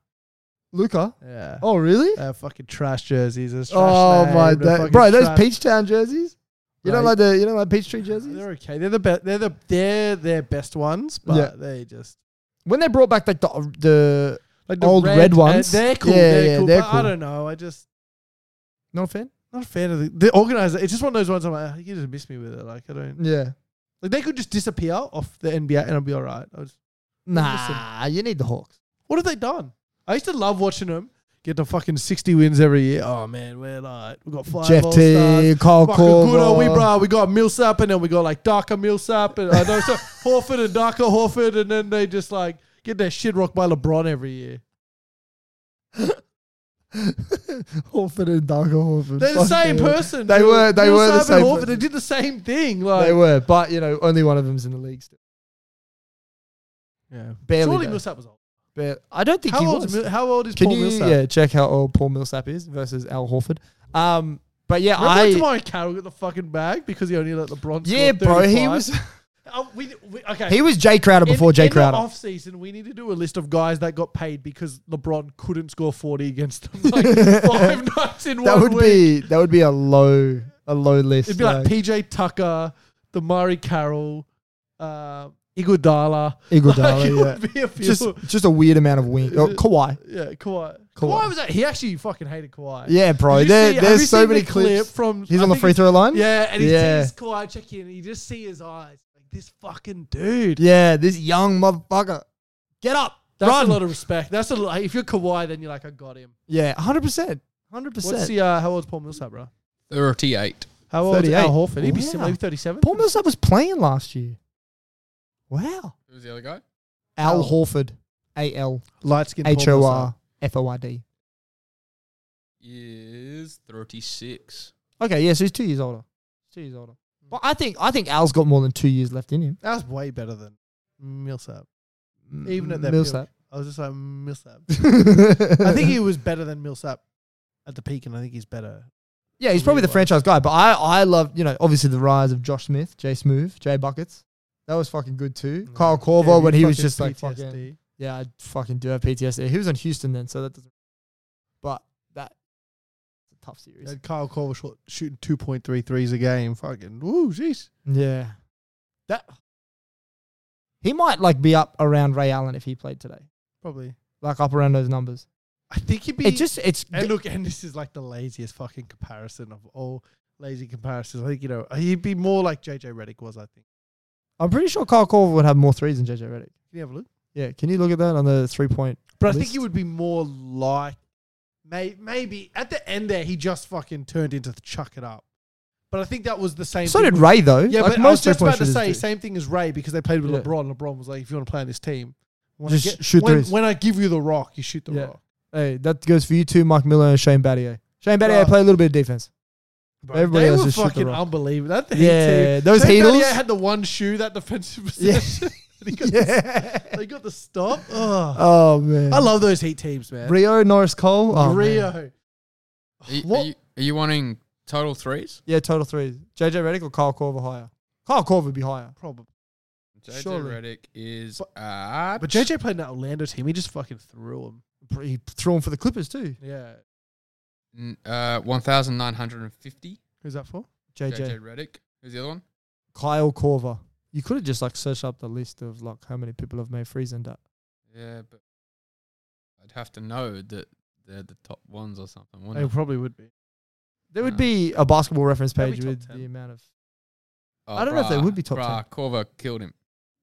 Speaker 2: Luca.
Speaker 4: Yeah.
Speaker 2: Oh, really?
Speaker 4: Uh, fucking trash jerseys. There's trash
Speaker 2: Oh
Speaker 4: name,
Speaker 2: my
Speaker 4: the
Speaker 2: god,
Speaker 4: fucking
Speaker 2: bro! Those
Speaker 4: trash-
Speaker 2: Peachtown jerseys. You don't like
Speaker 4: Right.
Speaker 2: the you don't like Peachtree jerseys.
Speaker 4: They're okay. They're the best. They're the they're their best ones, but
Speaker 2: Yeah.
Speaker 4: they just
Speaker 2: When they brought back like the the
Speaker 4: like the
Speaker 2: Old red
Speaker 4: uh,
Speaker 2: ones?
Speaker 4: They're cool.
Speaker 2: Yeah,
Speaker 4: they're
Speaker 2: yeah,
Speaker 4: cool.
Speaker 2: they're
Speaker 4: but
Speaker 2: cool.
Speaker 4: I don't know. I just
Speaker 2: no fan,
Speaker 4: not a fan of the, the organizer. It's just one of those ones. I'm like, you just miss me with it. Like I don't.
Speaker 2: yeah,
Speaker 4: Like they could just disappear off the NBA and I'll be all right. I was,
Speaker 2: nah, you need the Hawks.
Speaker 4: what have they done? I used to love watching them. getting a fucking 60 wins every year. Oh, man, we're like, we've got five
Speaker 2: Jeff T,
Speaker 4: All-Stars.
Speaker 2: Kyle
Speaker 4: Fucking good are we,
Speaker 2: Korver.
Speaker 4: bro? We got Millsap, and then we got like Darker Millsap, and I know so *laughs* Horford and Darker Horford, and then they just like get their shit rocked by LeBron every year.
Speaker 2: Horford and Darker Horford.
Speaker 4: They're the
Speaker 2: Fuck
Speaker 4: same
Speaker 2: yeah.
Speaker 4: person.
Speaker 2: They
Speaker 4: dude.
Speaker 2: were- they were the
Speaker 4: Millsap
Speaker 2: same
Speaker 4: and Horford,
Speaker 2: per-
Speaker 4: They did the same thing.
Speaker 2: They
Speaker 4: Like,
Speaker 2: were, but you know, only one of them's in the league still.
Speaker 4: yeah.
Speaker 2: Barely.
Speaker 4: Surely
Speaker 2: though.
Speaker 4: Millsap was old.
Speaker 2: But I don't think he
Speaker 4: How old,
Speaker 2: was.
Speaker 4: is, Mil- how old is
Speaker 2: Can
Speaker 4: Paul
Speaker 2: you
Speaker 4: Millsap?
Speaker 2: yeah check how old Paul Millsap is versus Al Horford? Um, but yeah,
Speaker 4: Remember when
Speaker 2: I
Speaker 4: Tamari Carroll got the fucking bag because he only let LeBron. score
Speaker 2: yeah, bro, he
Speaker 4: 35?
Speaker 2: was
Speaker 4: Oh, we, we, okay.
Speaker 2: *laughs* he was Jay Crowder
Speaker 4: In-
Speaker 2: before Jay
Speaker 4: in
Speaker 2: Crowder.
Speaker 4: the off season, we need to do a list of guys that got paid because LeBron couldn't score forty against them. *laughs*
Speaker 2: *laughs*
Speaker 4: Like five nights in
Speaker 2: that
Speaker 4: one
Speaker 2: would
Speaker 4: week.
Speaker 2: be that would be a low a low list.
Speaker 4: It'd be like PJ Tucker, Damari Carroll, uh, Iguodala. Like, it
Speaker 2: Iguodala, yeah.
Speaker 4: would be a few.
Speaker 2: just just a weird amount of wing.
Speaker 4: Uh,
Speaker 2: Oh, Kawhi.
Speaker 4: yeah, Kawhi. Kawhi.
Speaker 2: Kawhi.
Speaker 4: was that? He actually fucking hated Kawhi.
Speaker 2: Yeah, bro.
Speaker 4: Did you
Speaker 2: There,
Speaker 4: see- have you
Speaker 2: there's so
Speaker 4: seen
Speaker 2: many
Speaker 4: the clip
Speaker 2: clips.
Speaker 4: from-
Speaker 2: He's
Speaker 4: I
Speaker 2: on the
Speaker 4: think
Speaker 2: free
Speaker 4: it's-
Speaker 2: throw line.
Speaker 4: Yeah, and he
Speaker 2: Yeah.
Speaker 4: sees Kawhi check in, and you just see his eyes like this fucking dude.
Speaker 2: yeah. This young motherfucker, get up,
Speaker 4: That's
Speaker 2: run.
Speaker 4: a lot of respect. That's a lot. If you're Kawhi, then you're like, I got him.
Speaker 2: yeah, hundred percent, hundred
Speaker 4: What's
Speaker 2: percent.
Speaker 4: the uh, how old's Paul Millsap, bro?
Speaker 3: 38.
Speaker 4: How old is
Speaker 2: 38.
Speaker 4: Al Horford? He'd be
Speaker 2: Yeah.
Speaker 4: similar, maybe 37.
Speaker 2: Paul Millsap was playing last year. Wow.
Speaker 3: Who's the other guy?
Speaker 2: Al
Speaker 4: Al.
Speaker 2: Horford, A L
Speaker 4: Light skin.
Speaker 2: H O R F O R D.
Speaker 3: Is 36.
Speaker 2: Okay, yeah, so he's two years older. Two years older. But I think I think Al's got more than two years left in him.
Speaker 4: That's way better than Millsap. Even at
Speaker 2: that
Speaker 4: that
Speaker 2: Millsap.
Speaker 4: I was just like
Speaker 2: *laughs*
Speaker 4: Millsap.
Speaker 2: I
Speaker 4: I think he was better than Millsap at the peak, and I think he's better.
Speaker 2: Yeah, he's probably the franchise guy. But I, I love, you know, obviously the rise of Josh Smith, Jay Smooth, Jay Buckets. That was fucking good too. Kyle Korver
Speaker 4: Yeah,
Speaker 2: when he was
Speaker 4: fucking
Speaker 2: just like
Speaker 4: PTSD.
Speaker 2: fucking. Yeah, I fucking do have PTSD. He was in Houston then, so that doesn't. But that, it's a tough series.
Speaker 4: And Kyle Korver shot, shooting 2.3 threes a game. Fucking, woo, jeez.
Speaker 2: Yeah, that. He might like be up around Ray Allen if he played today,
Speaker 4: Probably.
Speaker 2: like up around those numbers.
Speaker 4: I think he'd be.
Speaker 2: It just it's
Speaker 4: and look, and this is like the laziest fucking comparison of all lazy comparisons. I think, you know, he'd be more like JJ Redick was, I think.
Speaker 2: I'm pretty sure Kyle Korver would have more threes than JJ Redick.
Speaker 4: Can you have a look?
Speaker 2: Yeah, can you look at that on the three point?
Speaker 4: But I think he
Speaker 2: list?
Speaker 4: would be more like may, maybe at the end there he just fucking turned into the chuck it up. But I think that was the same.
Speaker 2: So
Speaker 4: thing
Speaker 2: did
Speaker 4: with-
Speaker 2: Ray though.
Speaker 4: Yeah,
Speaker 2: Like,
Speaker 4: but I was just
Speaker 2: three-point
Speaker 4: about to
Speaker 2: shooters
Speaker 4: say
Speaker 2: do.
Speaker 4: same thing as Ray because they played with
Speaker 2: Yeah.
Speaker 4: LeBron. LeBron was like, if you want to play on this team, when
Speaker 2: Just
Speaker 4: I get,
Speaker 2: shoot
Speaker 4: when,
Speaker 2: threes.
Speaker 4: when I give you the rock, you shoot the
Speaker 2: Yeah.
Speaker 4: rock.
Speaker 2: Hey, that goes for you too, Mike Miller and Shane Battier. Shane Battier
Speaker 4: Right.
Speaker 2: played a little bit of
Speaker 4: *laughs*
Speaker 2: defense.
Speaker 4: Bro,
Speaker 2: Everybody
Speaker 4: they
Speaker 2: else
Speaker 4: were
Speaker 2: just shoot the
Speaker 4: fucking
Speaker 2: rock.
Speaker 4: unbelievable. That Heat team.
Speaker 2: Yeah, those
Speaker 4: Shane
Speaker 2: Heatles.
Speaker 4: Battier
Speaker 2: *laughs*
Speaker 4: had the one shoe that defensive *laughs*
Speaker 2: Yeah.
Speaker 4: possession. They got the-
Speaker 2: *laughs* yeah.
Speaker 4: They got the stop. Ugh.
Speaker 2: Oh man.
Speaker 4: I love those Heat teams, man.
Speaker 2: Rio Norris Cole. Oh, man.
Speaker 4: Rio.
Speaker 3: Are, you-
Speaker 4: What?
Speaker 3: Are, you, are you wanting total threes?
Speaker 2: Yeah, total threes. JJ Redick or Kyle Korver higher. Kyle Korver would be higher.
Speaker 4: Probably.
Speaker 3: JJ
Speaker 2: Surely.
Speaker 3: Redick is
Speaker 4: But-
Speaker 3: at.
Speaker 4: But JJ played in that Orlando team. He just fucking threw him.
Speaker 2: He threw him for the Clippers too.
Speaker 4: Yeah.
Speaker 3: n- Uh, 1,950.
Speaker 4: Who's that for?
Speaker 2: JJ.
Speaker 3: JJ Redick. Who's the other one?
Speaker 2: Kyle Korver. You could have just like searched up the list of like how many people have made freeze and that.
Speaker 3: Yeah, but I'd have to know that they're the top ones or something.
Speaker 4: They
Speaker 3: wouldn't I?
Speaker 4: probably would be.
Speaker 2: There would
Speaker 3: Nah.
Speaker 2: be a basketball reference
Speaker 4: They'd be
Speaker 2: page
Speaker 4: top
Speaker 2: with
Speaker 4: 10.
Speaker 2: the amount of.
Speaker 3: Oh,
Speaker 2: I don't know if they would be top
Speaker 3: bruh, Corver killed him.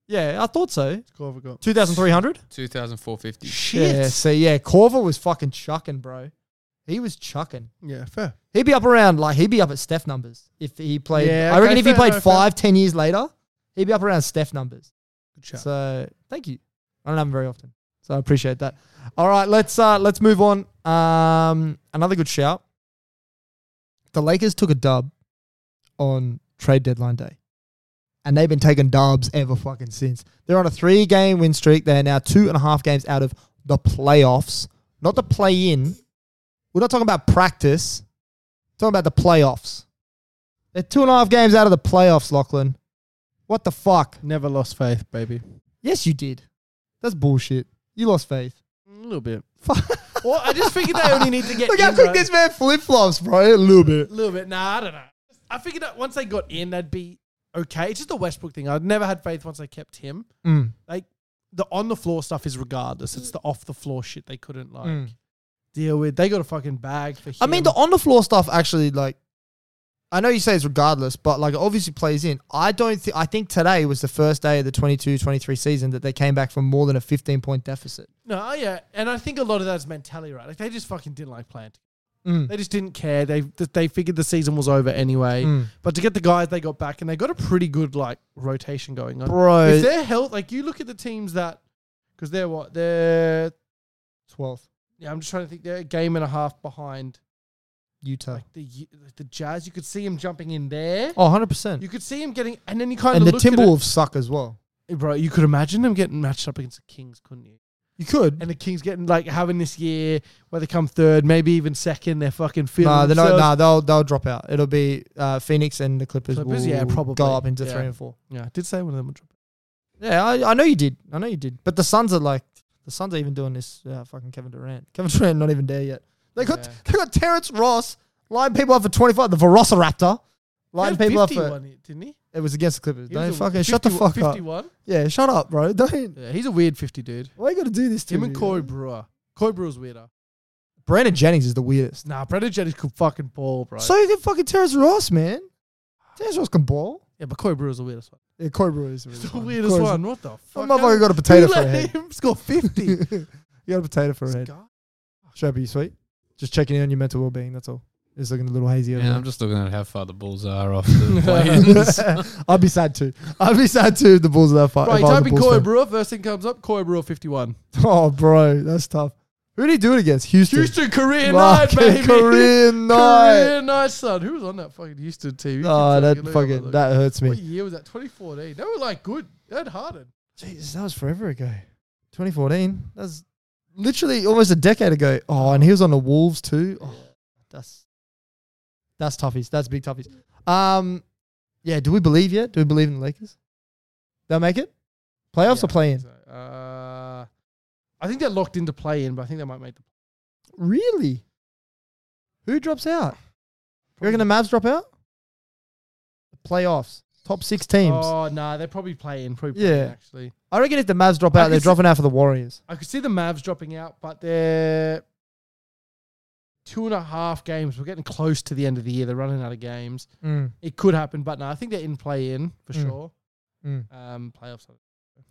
Speaker 2: Yeah, I thought so.
Speaker 4: Corver got.
Speaker 2: Two thousand three hundred.
Speaker 3: 2,450.
Speaker 4: Shit.
Speaker 2: Yeah. So yeah, Korver was fucking chucking, bro. He was chucking.
Speaker 4: Yeah, fair.
Speaker 2: He'd be up around like he'd be up at Steph numbers if he played.
Speaker 4: Yeah,
Speaker 2: I reckon
Speaker 4: okay,
Speaker 2: if he
Speaker 4: fair,
Speaker 2: played
Speaker 4: no, fair.
Speaker 2: five, ten years later, he'd be up around Steph numbers.
Speaker 4: Good chat.
Speaker 2: So thank you. I don't have him very often, so I appreciate that. All right, let's uh let's move on. Um, another good shout. The Lakers took a dub on trade deadline day, and they've been taking dubs ever fucking since. They're on a three-game win streak. They are now two and a half games out of the playoffs, not the play-in. We're not talking about practice. We're talking about the playoffs. They're two and a half games out of the playoffs, Lachlan. What the fuck?
Speaker 4: Never lost faith, baby.
Speaker 2: Yes, you did. That's bullshit. You lost faith. *laughs*
Speaker 4: A little bit.
Speaker 2: Fuck.
Speaker 4: Well, I just figured they only need to *laughs* get.
Speaker 2: Look how
Speaker 4: in,
Speaker 2: quick
Speaker 4: right?
Speaker 2: this man flip flops, bro. A little bit.
Speaker 4: A little bit. Nah, I don't know. I figured that once they got in, they'd be okay. It's just the Westbrook thing. I'd never had faith once they kept him.
Speaker 2: Mm.
Speaker 4: Like the on the floor stuff is regardless. It's the off the floor shit they couldn't like
Speaker 2: Mm.
Speaker 4: deal with. They got a fucking bag for. Him.
Speaker 2: I mean, the on the floor stuff actually, like, I know you say it's regardless, but like it obviously plays in. I don't think I think today was the first day of the 22-23 season that they came back from more than a 15 point deficit.
Speaker 4: No, oh, yeah, and I think a lot of that's mentality, right? Like they just fucking didn't like playing.
Speaker 2: Mm.
Speaker 4: They just didn't care. They th- they figured the season was over anyway.
Speaker 2: Mm.
Speaker 4: But to get the guys they got back, and they got a pretty good like rotation going on.
Speaker 2: Bro,
Speaker 4: If they're health, like you look at the teams that, because they're what they're.
Speaker 2: 12th
Speaker 4: Yeah, I'm just trying to think. They're a game and a half behind
Speaker 2: Utah.
Speaker 4: like the Y- like the Jazz. You could see him jumping in there.
Speaker 2: Oh, 100%.
Speaker 4: You could see him getting, and then you kind
Speaker 2: and
Speaker 4: of
Speaker 2: the
Speaker 4: look at it-
Speaker 2: Timberwolves suck as well.
Speaker 4: bro. You could imagine them getting matched up against the Kings, couldn't you?
Speaker 2: You could.
Speaker 4: And the Kings getting like having this year where they come third, maybe even second. They're fucking feeling.
Speaker 2: No, they're not,
Speaker 4: themselves.
Speaker 2: nah, they'll they'll drop out. It'll be uh, Phoenix and the Clippers,
Speaker 4: Clippers,
Speaker 2: will
Speaker 4: yeah, probably.
Speaker 2: go up into
Speaker 4: Yeah.
Speaker 2: three and four.
Speaker 4: Yeah, I did say one of them would drop.
Speaker 2: Yeah, I, I know you did. I know you did. But the Suns are like the Suns are even doing this. Uh, fucking Kevin Durant. *laughs* Kevin Durant not even there yet. They got
Speaker 4: Yeah.
Speaker 2: they got Terrence Ross lining people up for twenty five. The Velociraptor lining people up for
Speaker 4: didn't he?
Speaker 2: it was against the Clippers.
Speaker 4: He
Speaker 2: Don't
Speaker 4: was a
Speaker 2: fucking shut the
Speaker 4: 51
Speaker 2: fuck up. Yeah, shut up, bro. *laughs* Don't.
Speaker 4: Yeah, he's a weird fifty dude.
Speaker 2: Why you got to do this to
Speaker 4: Him and
Speaker 2: me?
Speaker 4: Corey Brewer. Corey Brewer's weirder.
Speaker 2: Brandon Jennings is the weirdest.
Speaker 4: Nah, Brendan Jennings could fucking ball, bro.
Speaker 2: So you can fucking Terrence Ross, man. Terrence Ross can ball.
Speaker 4: yeah, but Corey Brewer's the weirdest one.
Speaker 2: Yeah, Corey Brewer is
Speaker 4: He's
Speaker 2: really
Speaker 4: the
Speaker 2: fun.
Speaker 4: weirdest
Speaker 2: Corey's-
Speaker 4: one. What the
Speaker 2: That
Speaker 4: fuck?
Speaker 2: motherfucker got a
Speaker 4: How
Speaker 2: potato
Speaker 4: did
Speaker 2: for a
Speaker 4: you
Speaker 2: head.
Speaker 4: let him
Speaker 2: *laughs*
Speaker 4: score fifty.
Speaker 2: you got a potato for a head. Shabby, you sweet. Just checking in on your mental well being. That's all. It's looking a little hazy. over
Speaker 3: Yeah,
Speaker 2: there.
Speaker 3: I'm just looking at how far the Bulls are *laughs* off the
Speaker 2: *laughs*
Speaker 3: play-ins.
Speaker 2: I'd be sad too. I'd be sad too if the Bulls are that far.
Speaker 4: Right,
Speaker 2: if
Speaker 4: you
Speaker 2: I was a
Speaker 4: type in
Speaker 2: Bulls
Speaker 4: Corey
Speaker 2: fan.
Speaker 4: Brewer. First thing comes up, Corey Brewer fifty-one.
Speaker 2: *laughs* Oh, bro, that's tough. Who did he do it against? Houston.
Speaker 4: *laughs* Houston career night,
Speaker 2: Fucking
Speaker 4: baby. *laughs*
Speaker 2: Korean night.
Speaker 4: Career night, son. Who was on that fucking Houston
Speaker 2: *laughs*
Speaker 4: team? You
Speaker 2: Oh,
Speaker 4: can
Speaker 2: that
Speaker 4: take a look at
Speaker 2: fucking
Speaker 4: it.
Speaker 2: that hurts
Speaker 4: What
Speaker 2: me.
Speaker 4: year was that? 2014. They were like good. They had Harden.
Speaker 2: Jesus, that was forever ago. 2014. That's literally almost a decade ago. Oh, and he was on the Wolves too. Oh, that's that's toughies. That's big toughies. Um, yeah. Do we believe yet? Do we believe in the Lakers? They'll make it. Playoffs
Speaker 4: Yeah,
Speaker 2: or play
Speaker 4: I
Speaker 2: in?
Speaker 4: think so. Uh, I think they're locked into play in, but I think they might make the.
Speaker 2: Really? Who drops out? You reckon the Mavs drop out? Playoffs. Top six teams.
Speaker 4: Oh no, they're probably playing. Probably
Speaker 2: Yeah.
Speaker 4: yeah, actually.
Speaker 2: I reckon if the Mavs drop
Speaker 4: I
Speaker 2: out,
Speaker 4: can
Speaker 2: they're
Speaker 4: see-
Speaker 2: dropping out for the Warriors.
Speaker 4: I could see the Mavs dropping out, but they're two and a half games. We're getting close to the end of the year. They're running out of games. It could happen, but no, I think they're in play in for
Speaker 2: Mm.
Speaker 4: sure.
Speaker 2: Mm.
Speaker 4: Um, playoffs.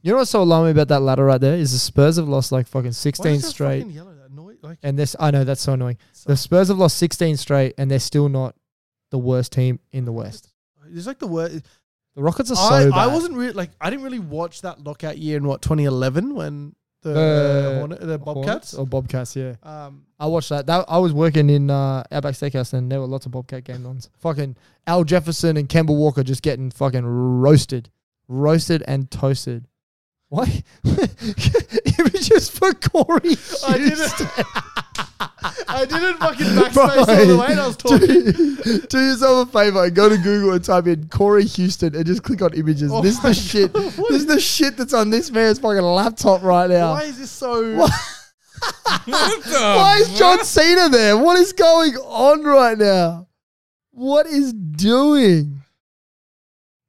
Speaker 2: You know what's so alarming about that ladder right there is the Spurs have lost like fucking
Speaker 4: Why
Speaker 2: 16
Speaker 4: is that
Speaker 2: straight,
Speaker 4: fucking Yellow, that annoy- like,
Speaker 2: and this I know that's so annoying.
Speaker 4: so-
Speaker 2: The Spurs have lost 16 straight, and they're still not the worst team in the West.
Speaker 4: it's like the worst.
Speaker 2: The Rockets are so
Speaker 4: I,
Speaker 2: bad.
Speaker 4: I wasn't really like I didn't really watch that lockout year in what 2011 when the
Speaker 2: The Oh.
Speaker 4: Hornet, the
Speaker 2: Hornets
Speaker 4: Bobcats.
Speaker 2: or Bobcats, yeah.
Speaker 4: Um,
Speaker 2: I watched that. that I was working in uh, Outback Steakhouse and there were lots of Bobcat games on. *laughs* Fucking Al Jefferson and Kemba Walker just getting fucking roasted. Roasted and toasted. Why? *laughs* Images for Corey.
Speaker 4: I
Speaker 2: Houston.
Speaker 4: didn't. I
Speaker 2: *laughs*
Speaker 4: didn't fucking *laughs* backspace all the way. And I was talking.
Speaker 2: Do, *laughs* do yourself a favor. Go to Google and type in Corey Houston and just click on images.
Speaker 4: Oh
Speaker 2: this is
Speaker 4: my
Speaker 2: the shit.
Speaker 4: God,
Speaker 2: This
Speaker 4: what
Speaker 2: is the shit that's on this man's fucking laptop right now.
Speaker 4: Why is this so?
Speaker 2: What? Why
Speaker 4: *laughs*
Speaker 2: is John Cena there? What is going on right now? What is doing?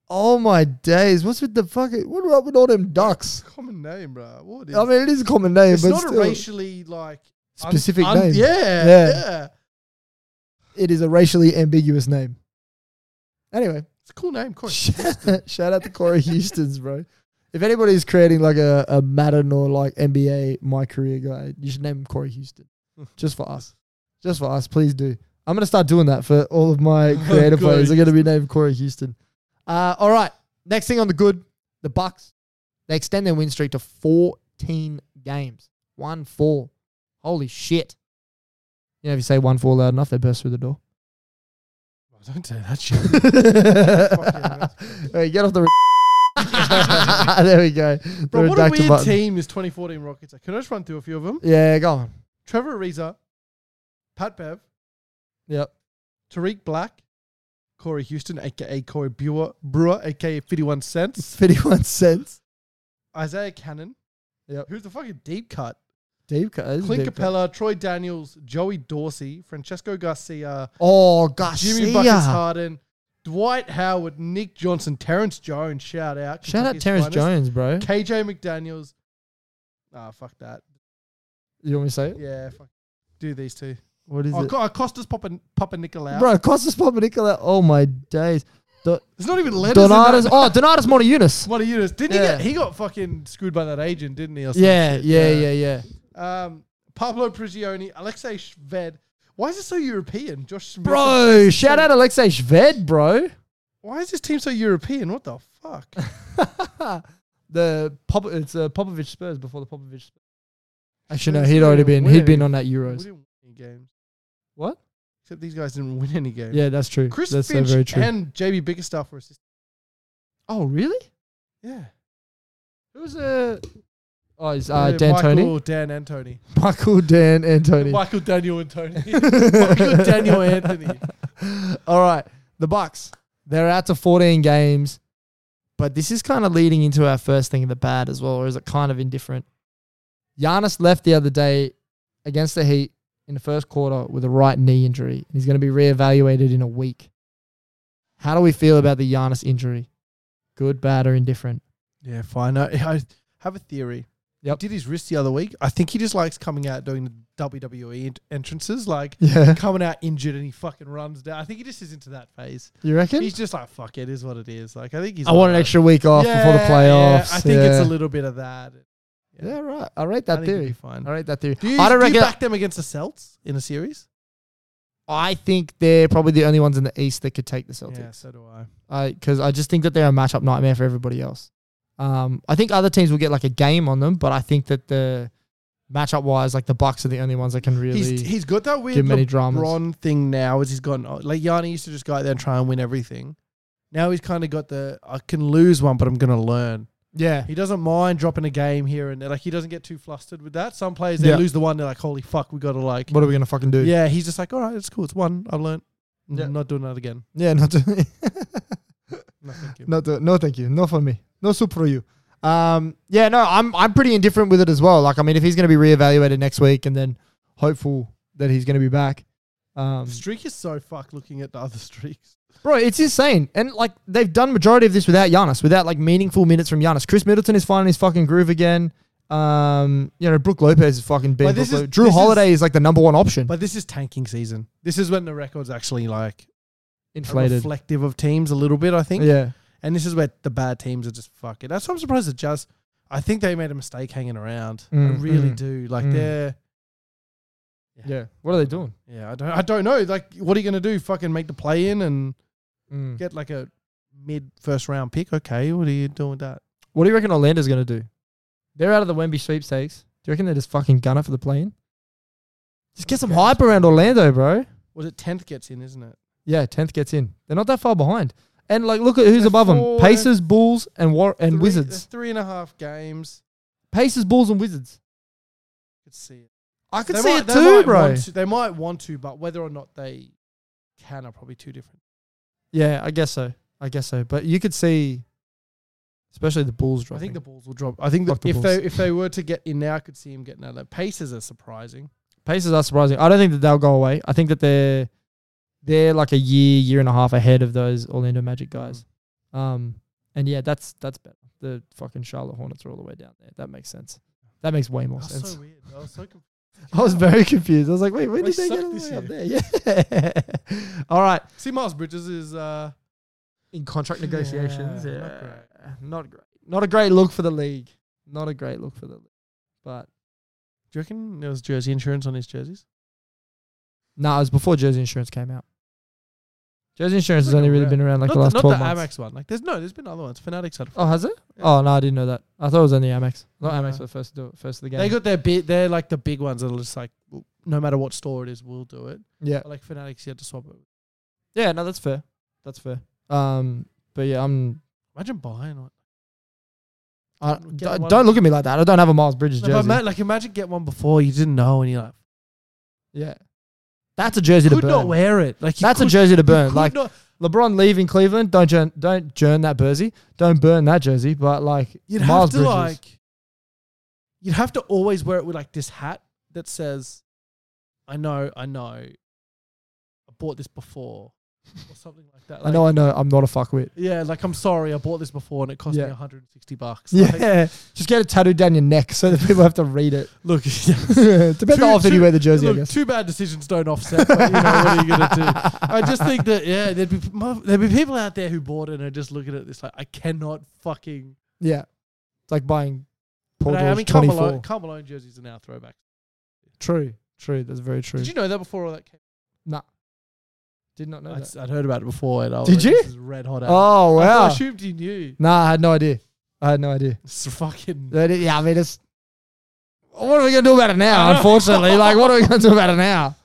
Speaker 2: Oh my days! What's with the fucking? What up with all them ducks?
Speaker 4: Common name, bro. What is?
Speaker 2: I mean, it is a common name,
Speaker 4: it's
Speaker 2: but
Speaker 4: not
Speaker 2: still,
Speaker 4: a racially like un-
Speaker 2: specific
Speaker 4: un-
Speaker 2: name.
Speaker 4: Yeah,
Speaker 2: Yeah.
Speaker 4: yeah,
Speaker 2: It is a racially ambiguous name. Anyway,
Speaker 4: It's a cool name,
Speaker 2: *laughs*
Speaker 4: Corey.
Speaker 2: shout out to Corey Houston's bro. If anybody's creating like a, a Madden or like NBA My Career guy, you should name him Corey Houston, just for us. just for us. Please do. I'm gonna start doing that for all of my creative
Speaker 4: Corey
Speaker 2: players. They're gonna be named Corey Houston. Uh, all right. Next thing on the good, the Bucks. They extend their win streak to 14 games. One four. Holy shit! You know, if you say one four loud enough, they burst through the door.
Speaker 4: Don't say
Speaker 2: *laughs*
Speaker 4: that shit.
Speaker 2: Hey, get off the. re- *laughs* there we go. The
Speaker 4: Bro, what a
Speaker 2: redaction
Speaker 4: weird
Speaker 2: button.
Speaker 4: team is 2014 Rockets. Can I just run through a few of them?
Speaker 2: Yeah, go on.
Speaker 4: Trevor Ariza, Pat Bev,
Speaker 2: Yep.
Speaker 4: Tariq Black, Corey Houston, aka Corey Brewer, Brewer aka 51 Cents,
Speaker 2: 51 cents.
Speaker 4: Isaiah Cannon,
Speaker 2: Yep.
Speaker 4: who's the fucking deep cut,
Speaker 2: Deep cut. that is a
Speaker 4: Clint
Speaker 2: deep cut.
Speaker 4: Capella, Troy Daniels, Joey Dorsey, Francesco Garcia,
Speaker 2: Oh, gosh.
Speaker 4: Jimmy Buckets Harden, Dwight Howard, Nick Johnson, Terrence Jones, shout out.
Speaker 2: Shout out
Speaker 4: Kentucky's
Speaker 2: Terrence
Speaker 4: finest,
Speaker 2: Jones, bro.
Speaker 4: KJ McDaniels. Ah, fuck that.
Speaker 2: You want me to say it?
Speaker 4: Yeah, fuck. Do these two.
Speaker 2: What is
Speaker 4: Oh,
Speaker 2: it?
Speaker 4: Co- uh, Costas Papa, Papa Nicolau.
Speaker 2: Bro, Costas Papadikola. Oh my days. Do-
Speaker 4: There's not even letters. in that.
Speaker 2: Donatus. Oh, Donatus Montiunas.
Speaker 4: What are you? Didn't
Speaker 2: Yeah.
Speaker 4: he get? He got fucking screwed by that agent, didn't he? or some
Speaker 2: Yeah,
Speaker 4: shit?
Speaker 2: yeah, yeah, yeah.
Speaker 4: Um, Pablo Prigioni, Alexei Shved. Why is it so European? Josh Smith.
Speaker 2: Bro, shout out Alexei Shved, bro.
Speaker 4: Why is this team so European? What the fuck?
Speaker 2: *laughs* The Pop, it's uh, Popovich Spurs before the Popovich. Spurs. Actually, no,
Speaker 4: Spurs
Speaker 2: he'd already
Speaker 4: didn't
Speaker 2: been he'd
Speaker 4: win
Speaker 2: been on that
Speaker 4: we
Speaker 2: Euros.
Speaker 4: didn't win any games.
Speaker 2: What?
Speaker 4: Except these guys didn't win any games.
Speaker 2: Yeah, that's true.
Speaker 4: Chris
Speaker 2: that's so
Speaker 4: Finch
Speaker 2: very true.
Speaker 4: and JB Bickerstaff were assistants.
Speaker 2: oh, really?
Speaker 4: Yeah.
Speaker 2: Who's uh? Oh, is uh,
Speaker 4: Yeah,
Speaker 2: Dan Tony,
Speaker 4: Michael, Dan, and Tony.
Speaker 2: Michael, Dan, and Tony.
Speaker 4: Michael, Daniel, and Tony. Michael, Daniel, Anthony.
Speaker 2: *laughs* All right, the Bucks. They're out to 14 games, but this is kind of leading into our first thing in the bad as well, or is it kind of indifferent? Giannis left the other day against the Heat in the first quarter with a right knee injury, and he's going to be reevaluated in a week. How do we feel about the Giannis injury? Good, bad, or indifferent?
Speaker 4: Yeah, fine. I, I have a theory.
Speaker 2: Yep.
Speaker 4: He did his wrist the other week. I think he just likes coming out doing the WWE ent- entrances, like
Speaker 2: Yeah,
Speaker 4: coming out injured and he fucking runs down. I think he just is into that phase.
Speaker 2: you reckon?
Speaker 4: He's just like, fuck it, is what it is. Like I think he's.
Speaker 2: I want an
Speaker 4: alright.
Speaker 2: extra week off before the
Speaker 4: Yeah,
Speaker 2: playoffs.
Speaker 4: Yeah, I think
Speaker 2: yeah.
Speaker 4: it's a little bit of that.
Speaker 2: Yeah, right. I rate that
Speaker 4: I think he'd be
Speaker 2: theory.
Speaker 4: fine.
Speaker 2: I rate that theory.
Speaker 4: Do you,
Speaker 2: I don't
Speaker 4: do you
Speaker 2: reckon.
Speaker 4: back them against the Celts in a series?
Speaker 2: I think they're probably the only ones in the East that could take the
Speaker 4: Yeah,
Speaker 2: Celtics.
Speaker 4: so do I.
Speaker 2: Because I just think that they're a matchup nightmare for everybody else. Um, I think other teams will get like a game on them, but I think that the matchup wise, like the Bucks are the only ones that can really.
Speaker 4: He's he's got that weird
Speaker 2: Give many dramas.
Speaker 4: LeBron thing now. As he's gone, like Yanni used to just go out there and try and win everything. Now he's kind of got the I can lose one, but I'm gonna learn.
Speaker 2: yeah,
Speaker 4: He doesn't mind dropping a game here and there. Like he doesn't get too flustered with that. Some players they
Speaker 2: Yeah.
Speaker 4: lose the one, they're like, holy fuck, we gotta like.
Speaker 2: what are we gonna fucking do?
Speaker 4: Yeah, he's just like, all right, it's cool, it's one. I've learned. I'm
Speaker 2: Yeah.
Speaker 4: not doing that again.
Speaker 2: yeah, not to, *laughs*
Speaker 4: No, thank you.
Speaker 2: not to, no, thank you, no for me, no soup for you. Um, yeah, no, I'm I'm pretty indifferent with it as well. Like, I mean, if he's gonna be reevaluated next week, and then hopeful that he's gonna be back. Um,
Speaker 4: The streak is so fuck looking at the other streaks.
Speaker 2: Bro, it's insane. And like they've done majority of this without Giannis, without like meaningful minutes from Giannis. Chris Middleton is finding his fucking groove again. Um, you know, Brooke Lopez is fucking being
Speaker 4: But this
Speaker 2: Brook
Speaker 4: is-
Speaker 2: Lo- Drew
Speaker 4: this
Speaker 2: Holiday is, like the number one option.
Speaker 4: But this is tanking season. This is when the records actually like are
Speaker 2: Inflated.
Speaker 4: reflective of teams a little bit, I think.
Speaker 2: Yeah.
Speaker 4: And this is where the bad teams are just fucking. That's why I'm surprised the Jazz. I think they made a mistake hanging around. I
Speaker 2: Mm,
Speaker 4: really
Speaker 2: mm,
Speaker 4: do. Like
Speaker 2: mm.
Speaker 4: they're
Speaker 2: Yeah. What are they doing?
Speaker 4: yeah. I don't. I don't know. Like what are you gonna do? Fucking make the play in and
Speaker 2: Mm.
Speaker 4: get like a mid first round pick. Okay, what are you doing with that?
Speaker 2: What do you reckon Orlando's gonna do? They're out of the Wemby sweepstakes. Do you reckon they're just fucking gunner for the plane? Just get some
Speaker 4: Okay.
Speaker 2: hype around Orlando, bro.
Speaker 4: Was it tenth gets in, isn't it?
Speaker 2: Yeah, tenth gets in. They're not that far behind. And like, look at who's
Speaker 4: They're
Speaker 2: above them:
Speaker 4: four-
Speaker 2: Pacers, Bulls, and War- and
Speaker 4: Three- there's
Speaker 2: Wizards.
Speaker 4: Three and a half games.
Speaker 2: Pacers, Bulls, and Wizards.
Speaker 4: I could see it.
Speaker 2: I could
Speaker 4: They
Speaker 2: see
Speaker 4: might-
Speaker 2: it
Speaker 4: they
Speaker 2: too,
Speaker 4: might
Speaker 2: bro.
Speaker 4: want to- they might want to, but whether or not they can are probably two different.
Speaker 2: Yeah, I guess so. I guess so. But you could see, especially the Bulls
Speaker 4: I
Speaker 2: dropping.
Speaker 4: think the Bulls will drop. I think
Speaker 2: Fuck
Speaker 4: that
Speaker 2: the
Speaker 4: if
Speaker 2: Bulls.
Speaker 4: they if they were to get in now, I could see him getting out. of that. Pacers are surprising.
Speaker 2: Pacers are surprising. I don't think that they'll go away. I think that they're they're like a year, year and a half ahead of those Orlando Magic guys.
Speaker 4: Mm.
Speaker 2: Um, and yeah, that's that's better. The fucking Charlotte Hornets are all the way down there. That makes sense. That makes way more
Speaker 4: That was
Speaker 2: sense.
Speaker 4: so weird. That
Speaker 2: *laughs*
Speaker 4: was so confusing.
Speaker 2: I was very confused. I was like, wait, when
Speaker 4: They
Speaker 2: did they get
Speaker 4: suck
Speaker 2: all the
Speaker 4: this
Speaker 2: way up there? *laughs* Yeah. all right.
Speaker 4: See, Miles Bridges is uh,
Speaker 2: in contract
Speaker 4: Yeah,
Speaker 2: negotiations.
Speaker 4: not
Speaker 2: Yeah, not great. not great. Not a great look for the league. Not a great look for the league. But
Speaker 4: Do you reckon there was jersey insurance on his jerseys?
Speaker 2: no, it was before jersey insurance came out. Jersey insurance
Speaker 4: It's
Speaker 2: has
Speaker 4: like
Speaker 2: only
Speaker 4: a
Speaker 2: really
Speaker 4: rare-
Speaker 2: been around like
Speaker 4: not
Speaker 2: the last
Speaker 4: not
Speaker 2: twelve
Speaker 4: the
Speaker 2: months.
Speaker 4: Amex one. Like, there's no, there's been other ones. Fanatics had. a-
Speaker 2: Oh, has it?
Speaker 4: Yeah.
Speaker 2: Oh no, I didn't know that. I thought it was only Amex. Not
Speaker 4: No.
Speaker 2: Amex for the first do it, first of the game.
Speaker 4: They got their big. They're like the big ones that are just like, w- no matter what store it is, we'll do it.
Speaker 2: yeah,
Speaker 4: But like Fanatics, you had to swap it.
Speaker 2: yeah. No, that's fair. That's fair. Um, but yeah, I'm.
Speaker 4: Imagine buying one.
Speaker 2: I,
Speaker 4: Get
Speaker 2: d-
Speaker 4: one.
Speaker 2: don't look at me like that. I don't have a Miles Bridges
Speaker 4: No, but
Speaker 2: jersey.
Speaker 4: ima- like imagine get one before you didn't know and you're like
Speaker 2: yeah, that's a jersey to
Speaker 4: could not
Speaker 2: burn.
Speaker 4: wear it. Like you
Speaker 2: That's a
Speaker 4: could-
Speaker 2: jersey to
Speaker 4: you
Speaker 2: burn.
Speaker 4: could
Speaker 2: Like
Speaker 4: not-
Speaker 2: LeBron leaving Cleveland, don't jern, don't jern that jersey, don't burn that jersey. But like
Speaker 4: you'd
Speaker 2: Miles
Speaker 4: have to
Speaker 2: Bridges,
Speaker 4: like you'd have to always wear it with like this hat
Speaker 2: *laughs*
Speaker 4: that says, "I know, I know, I bought this before." or something like that.
Speaker 2: I know, I know. I'm not a
Speaker 4: *laughs*
Speaker 2: fuckwit.
Speaker 4: Yeah, like I'm sorry, I bought this before and it cost
Speaker 2: Yeah.
Speaker 4: me 160 bucks. Like,
Speaker 2: Yeah, just get it tattooed down your neck so that people have to read
Speaker 4: *laughs*
Speaker 2: it. *laughs*
Speaker 4: look, yeah,
Speaker 2: Depends how often you wear the jersey,
Speaker 4: look,
Speaker 2: I
Speaker 4: *laughs*
Speaker 2: guess.
Speaker 4: Two bad decisions don't offset. But, you know, what are you gonna
Speaker 2: *laughs*
Speaker 4: do? I just think that yeah, there'd be mo- there'd be people out there who bought it and are just looking at this like I cannot fucking.
Speaker 2: Yeah, it's like buying Paul
Speaker 4: But I, I mean,
Speaker 2: George
Speaker 4: Carl
Speaker 2: 24.
Speaker 4: Malone, Karl Malone jerseys are now throwbacks.
Speaker 2: True, true. That's very true.
Speaker 4: Did you know that before all that came?
Speaker 2: Did not know
Speaker 4: I'd,
Speaker 2: that.
Speaker 4: I'd heard about it before. And I was
Speaker 2: Did
Speaker 4: like,
Speaker 2: you?
Speaker 4: This is red hot. out.
Speaker 2: Oh
Speaker 4: I
Speaker 2: wow!
Speaker 4: assumed you knew.
Speaker 2: Nah, I had no idea. I had no
Speaker 4: *laughs*
Speaker 2: idea.
Speaker 4: It's fucking.
Speaker 2: That it- yeah, I mean, it's what are we gonna do about it now? Unfortunately, like, what are we gonna do about it now?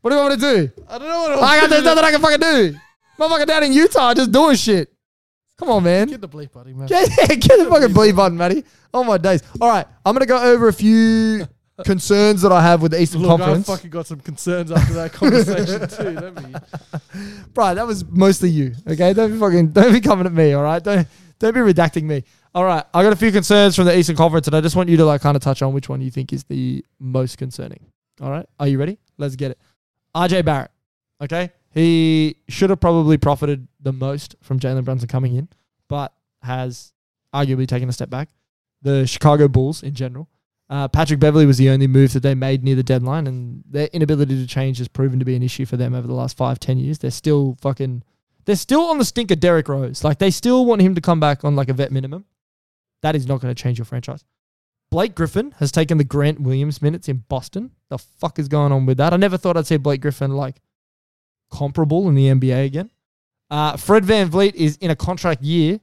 Speaker 2: What do I want to do?
Speaker 4: I don't know what else
Speaker 2: I got
Speaker 4: to
Speaker 2: there's
Speaker 4: do.
Speaker 2: nothing I can fucking do. Motherfucker down in Utah, just doing shit. Come on, man.
Speaker 4: Get the bleep, buddy, man.
Speaker 2: Yeah, yeah, get the fucking bleep button, Matty. Oh my days. All right, I'm gonna go over a few concerns that I have with the Eastern
Speaker 4: Look,
Speaker 2: Conference.
Speaker 4: I fucking got some concerns after *laughs* that conversation too. Let me.
Speaker 2: Right, that was mostly you. Okay, don't be fucking, don't be coming at me. All right, don't don't be redacting me. All right, I got a few concerns from the Eastern Conference, and I just want you to like kind of touch on which one you think is the most concerning. All right, are you ready? Let's get it. RJ Barrett. Okay, he should have probably profited the most from Jalen Brunson coming in, but has arguably taken a step back. The Chicago Bulls in general. Uh, Patrick Beverly was the only move that they made near the deadline, and their inability to change has proven to be an issue for them over the last five, ten years. They're still fucking, they're still on the stink of Derrick Rose. Like they still want him to come back on like a vet minimum. That is not going to change your franchise. Blake Griffin has taken the Grant Williams minutes in Boston. The fuck is going on with that? I never thought I'd see Blake Griffin like comparable in the NBA again. Uh, Fred Van Vliet is in a contract year,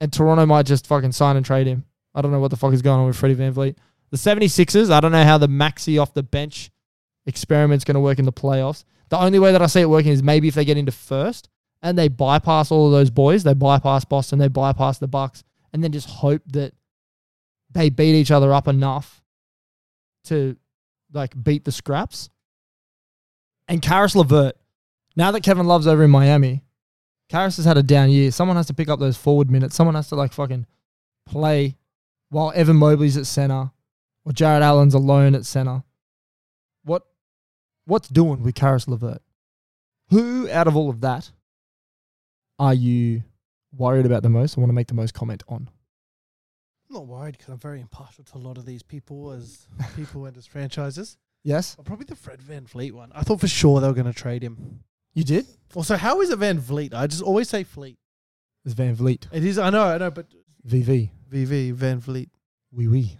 Speaker 2: and Toronto might just fucking sign and trade him. I don't know what the fuck is going on with Freddie Van Vliet. The 76ers, I don't know how the maxi off the bench experiment's going to work in the playoffs. The only way that I see it working is maybe if they get into first and they bypass all of those boys, they bypass Boston, they bypass the Bucks, and then just hope that they beat each other up enough to like beat the scraps. And Karis Levert, now that Kevin Love's over in Miami, Karis has had a down year. Someone has to pick up those forward minutes. Someone has to like fucking play while Evan Mobley's at center or Jared Allen's alone at center. What what's doing with Karis Levert? Who out of all of that are you worried about the most? I want to make the most comment on.
Speaker 4: I'm not worried because I'm very impartial to a lot of these people as people and as franchises.
Speaker 2: Yes,
Speaker 4: But probably the Fred Van Fleet one. I thought for sure they were going to trade him.
Speaker 2: you did.
Speaker 4: Also, how is it Van Vliet? I just always say Fleet.
Speaker 2: It's Van Vliet,
Speaker 4: It is. I know. I know. But
Speaker 2: VV,
Speaker 4: VV Van Vliet.
Speaker 2: wee wee.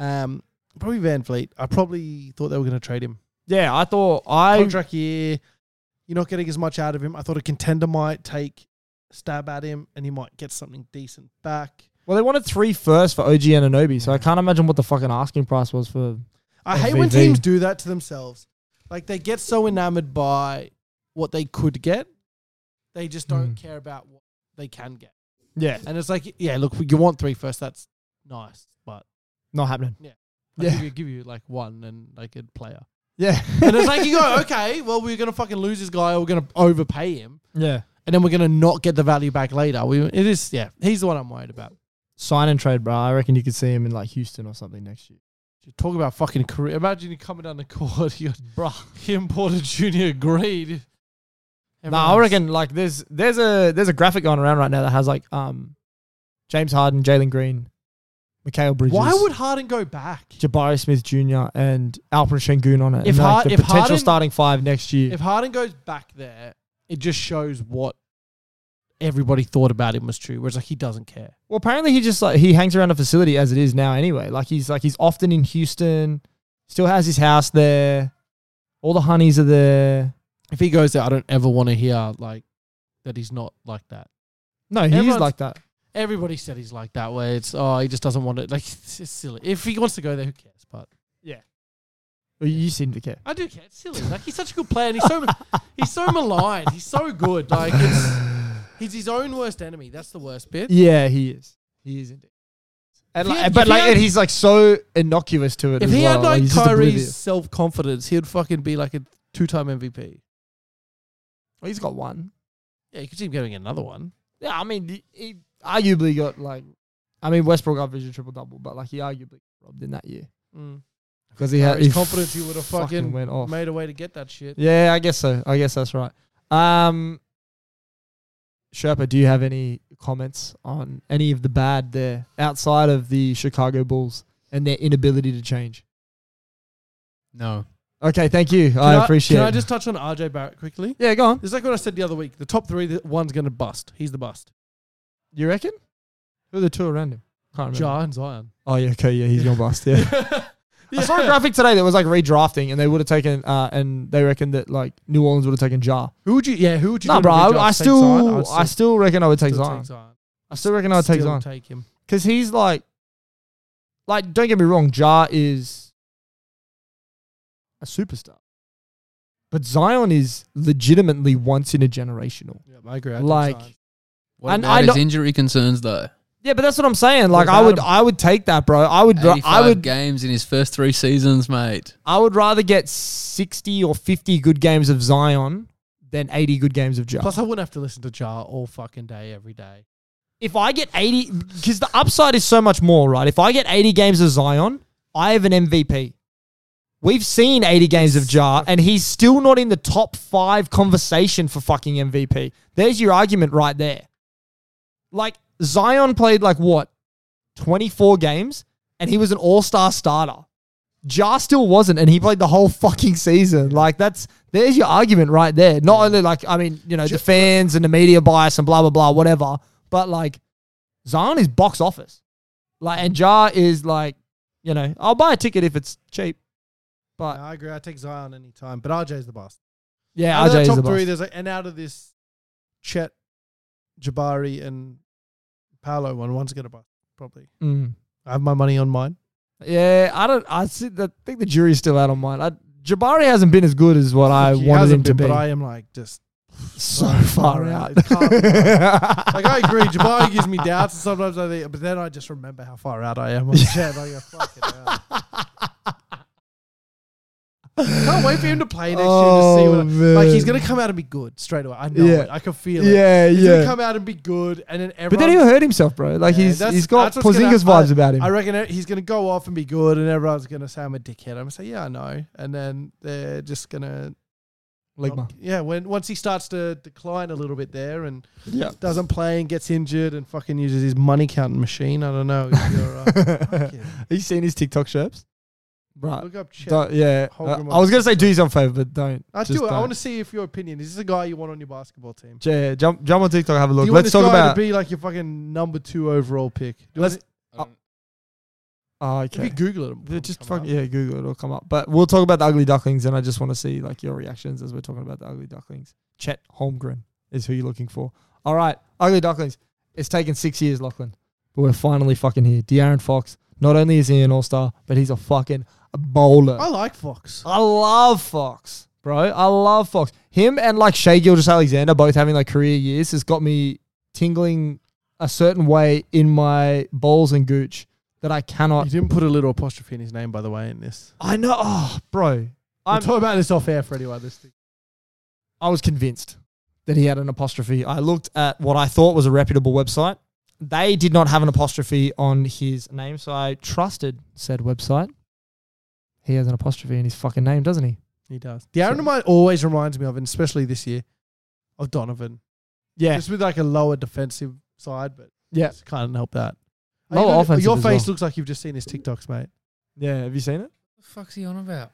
Speaker 4: Um, probably Van Vliet. I probably thought they were going to trade him.
Speaker 2: Yeah, I thought I
Speaker 4: Contract year. You're not getting as much out of him. I thought a contender might take a stab at him and he might get something decent back.
Speaker 2: well they wanted three first for OG Ananobi, so I can't imagine what the fucking asking price was for.
Speaker 4: I
Speaker 2: Or
Speaker 4: hate when
Speaker 2: VV.
Speaker 4: teams do that to themselves. Like they get so enamored by what they could get, they just don't
Speaker 2: Mm.
Speaker 4: care about what they can get.
Speaker 2: Yeah,
Speaker 4: And it's like, yeah, look, you want three first. That's nice, but
Speaker 2: not happening.
Speaker 4: I
Speaker 2: Yeah.
Speaker 4: give, you, give you like one and like a player.
Speaker 2: *laughs* Yeah,
Speaker 4: And it's like you go, okay, well, we're gonna fucking lose this guy, or we're gonna overpay him,
Speaker 2: yeah.
Speaker 4: and then we're gonna not get the value back later. We, it is, yeah, he's the one I'm worried about.
Speaker 2: Sign and trade, bro. I reckon you could see him in like Houston or something next year.
Speaker 4: Talk about fucking career. Imagine you coming down the court, *laughs* you
Speaker 2: Bro,
Speaker 4: him Porter Junior agreed.
Speaker 2: Nah, I reckon like there's there's a there's a graphic going around right now that has like um James Harden, Jalen Green, Mikhail Bridges.
Speaker 4: Why would Harden go back?
Speaker 2: Jabari Smith Jr. and Alperin Shengun on it?
Speaker 4: If
Speaker 2: and, like,
Speaker 4: Hard-
Speaker 2: the
Speaker 4: if
Speaker 2: potential
Speaker 4: Harden-
Speaker 2: starting five next year.
Speaker 4: If Harden goes back there, it just shows what everybody thought about him was true. Whereas like he doesn't care.
Speaker 2: well, apparently he just like he hangs around the facility as it is now anyway. Like he's like he's often in Houston, still has his house there. All the honeys are there.
Speaker 4: If he goes there, I don't ever want to hear like that he's not like that.
Speaker 2: No, he is
Speaker 4: Everyone's-
Speaker 2: like that.
Speaker 4: Everybody said he's like that. Where it's oh, he just doesn't want it. Like *laughs* it's, it's silly. If he wants to go there, who cares? But
Speaker 2: Well, You seem to care.
Speaker 4: I do care. It's silly. Like he's such a good player. And
Speaker 2: *laughs*
Speaker 4: he's so he's so maligned. He's so good. Like it's he's his own worst enemy. That's the worst bit.
Speaker 2: Yeah, he is. He is indeed. And
Speaker 4: If he
Speaker 2: like,
Speaker 4: had- if
Speaker 2: but
Speaker 4: he
Speaker 2: like,
Speaker 4: had-
Speaker 2: and he's like so innocuous to it.
Speaker 4: If
Speaker 2: as
Speaker 4: he
Speaker 2: well.
Speaker 4: had like,
Speaker 2: he's just
Speaker 4: Kyrie's
Speaker 2: oblivious.
Speaker 4: self confidence, he'd fucking be like a two time MVP.
Speaker 2: Well, he's got one.
Speaker 4: Yeah, you could see him getting another one.
Speaker 2: Yeah, I mean, he, he arguably got like, I mean, Westbrook averaged a triple double, but like he arguably robbed in that year
Speaker 4: Mm.
Speaker 2: because he had
Speaker 4: Kyrie's
Speaker 2: he
Speaker 4: confidence, he would've fucking
Speaker 2: went off.
Speaker 4: Made a way to get that shit.
Speaker 2: Yeah, I guess so. I guess that's right. Um, Sherpa, do you have any comments on any of the bad there outside of the Chicago Bulls and their inability to change?
Speaker 3: No.
Speaker 2: Okay, thank you. I appreciate.
Speaker 4: Can I
Speaker 2: it.
Speaker 4: just touch on RJ Barrett quickly?
Speaker 2: yeah, go on.
Speaker 4: It's like what I said the other week. The top three, the one's going to bust. He's the bust.
Speaker 2: You reckon? Who are the two around him? Can't remember.
Speaker 4: Ja and Zion.
Speaker 2: Oh yeah, okay, yeah, he's gonna bust. *laughs* Yeah.
Speaker 4: *laughs* Yeah.
Speaker 2: I saw a graphic today that was like redrafting, and they would have taken, uh, and they reckon that like New Orleans would have taken Jar.
Speaker 4: Who would you? Yeah, who would you?
Speaker 2: Nah,
Speaker 4: do
Speaker 2: bro,
Speaker 4: to be Ja?
Speaker 2: I, I
Speaker 4: Take
Speaker 2: still,
Speaker 4: Zion? I'd
Speaker 2: I still reckon I would take Zion. I still reckon I would take
Speaker 4: Still
Speaker 2: Zion
Speaker 4: Take him.
Speaker 2: because he's like, like don't get me wrong, Jar is a superstar, but Zion is legitimately once in a generational.
Speaker 4: Yeah, I agree.
Speaker 2: Like-
Speaker 3: What
Speaker 2: And
Speaker 3: about
Speaker 2: I
Speaker 3: his
Speaker 2: don't-
Speaker 3: injury concerns though?
Speaker 2: Yeah, but that's what I'm saying. Like I
Speaker 4: about
Speaker 2: would,
Speaker 4: him?
Speaker 2: I would take that, bro. I would, ra-
Speaker 3: 85
Speaker 2: I would,
Speaker 3: games in his first three seasons, mate.
Speaker 2: I would rather get sixty or fifty good games of Zion than eighty good games of Jar.
Speaker 4: Plus, I wouldn't have to listen to Jar all fucking day every day.
Speaker 2: if I get 80, because the upside is so much more, right? If I get 80 games of Zion, I have an MVP. We've seen 80 games of Jar, and he's still not in the top five conversation for fucking MVP. There's your argument right there. Like, Zion played like what? 24 games, and he was an all star starter. Jar still wasn't, and he played the whole fucking season. Like that's there's your argument right there. Not only like I mean, you know, the fans and the media bias and blah blah blah, whatever. But like Zion is box office, like and Jar is like, you know, I'll buy a ticket if it's cheap. But
Speaker 4: I agree. I take Zion anytime, but RJ's the bust.
Speaker 2: yeah,
Speaker 4: Out of that
Speaker 2: RJ is
Speaker 4: top
Speaker 2: the
Speaker 4: three,
Speaker 2: boss.
Speaker 4: there's like, and out of this, Chet, Jabari, and Paolo one, one's gonna bust probably.
Speaker 2: Mm.
Speaker 4: I have my money on mine.
Speaker 2: Yeah, I don't. I see, I think the jury's still out on mine. I, Jabari hasn't been as good as what I
Speaker 4: He
Speaker 2: wanted him
Speaker 4: hasn't
Speaker 2: to
Speaker 4: been,
Speaker 2: be.
Speaker 4: but I am like just
Speaker 2: so far out.
Speaker 4: It's hard, like I agree. Jabari gives me doubts, and sometimes I think, but then I just remember how far out I
Speaker 2: *laughs*
Speaker 4: am on Chet. I go fucking hell. Can't wait for him to play next year to see what.
Speaker 2: Oh, man.
Speaker 4: Like he's gonna come out and be good straight away. I know
Speaker 2: Yeah.
Speaker 4: it. I can feel it.
Speaker 2: Yeah,
Speaker 4: He's
Speaker 2: yeah.
Speaker 4: gonna come out and be good, and then
Speaker 2: But
Speaker 4: everyone.
Speaker 2: then he'll hurt himself, bro. Like
Speaker 4: Yeah,
Speaker 2: he's
Speaker 4: that's-
Speaker 2: he's got
Speaker 4: that's what's gonna-
Speaker 2: Porzingis vibes about him.
Speaker 4: I reckon he's gonna go off and be good, and everyone's gonna say I'm a dickhead. I'm gonna say yeah, I know, and then they're just gonna
Speaker 2: Ligma.
Speaker 4: yeah. When once he starts to decline a little bit there, and
Speaker 2: Yeah.
Speaker 4: doesn't play and gets injured, and fucking uses his money counting machine. I don't know. He'll be
Speaker 2: *laughs*
Speaker 4: all right. uh, Fuck it.
Speaker 2: Have you seen his TikTok shirts? Right.
Speaker 4: Look up Chet.
Speaker 2: Don't- yeah.
Speaker 4: Hold
Speaker 2: Uh,
Speaker 4: him
Speaker 2: I was gonna say do yourself a favor, but don't.
Speaker 4: I
Speaker 2: Just
Speaker 4: do. it. I
Speaker 2: don't.
Speaker 4: want to see if your opinion is this a guy you want on your basketball team.
Speaker 2: Yeah, jump jump on TikTok, have a
Speaker 4: Do
Speaker 2: look.
Speaker 4: you want
Speaker 2: Let's
Speaker 4: this
Speaker 2: talk
Speaker 4: guy
Speaker 2: about.
Speaker 4: to be like your fucking number two overall pick. Do you
Speaker 2: Let's-
Speaker 4: want
Speaker 2: oh,
Speaker 4: it- if
Speaker 2: okay.
Speaker 4: you Google it, it'll
Speaker 2: Yeah,
Speaker 4: probably
Speaker 2: Just
Speaker 4: come
Speaker 2: fuck,
Speaker 4: up.
Speaker 2: yeah, Google it. It'll come up. But we'll talk about the ugly ducklings, and I just want to see like your reactions as we're talking about the ugly ducklings. Chet Holmgren is who you're looking for. All right, ugly ducklings. It's taken six years, Lachlan, but we're finally fucking here. De'Aaron Fox. Not only is he an all star, but he's a fucking bowler.
Speaker 4: I like Fox.
Speaker 2: I love Fox, bro. I love Fox. Him and like Shea Gilgis Alexander both having like career years has got me tingling a certain way in my balls and gooch that I
Speaker 4: You
Speaker 2: cannot.
Speaker 4: didn't put a little apostrophe in his name, by the way, in this.
Speaker 2: I know, oh, bro.
Speaker 4: I'm
Speaker 2: I'm-
Speaker 4: talking about this off air for anyone listening.
Speaker 2: I was convinced that he had an apostrophe. I looked at what I thought was a reputable website. They did not have an apostrophe on his name, so I trusted said website. He has an apostrophe in his fucking name, doesn't he?
Speaker 4: He does. The Aaron remind, always reminds me of, and especially this year, of Donovan.
Speaker 2: Yeah.
Speaker 4: Just with like a lower defensive side, but
Speaker 2: Yeah.
Speaker 4: just can't help that.
Speaker 2: Lower
Speaker 4: You look-
Speaker 2: offensive
Speaker 4: Your
Speaker 2: as
Speaker 4: face
Speaker 2: well.
Speaker 4: looks like you've just seen his TikToks, mate.
Speaker 2: Yeah. Have you seen it?
Speaker 3: What the fuck's he on about?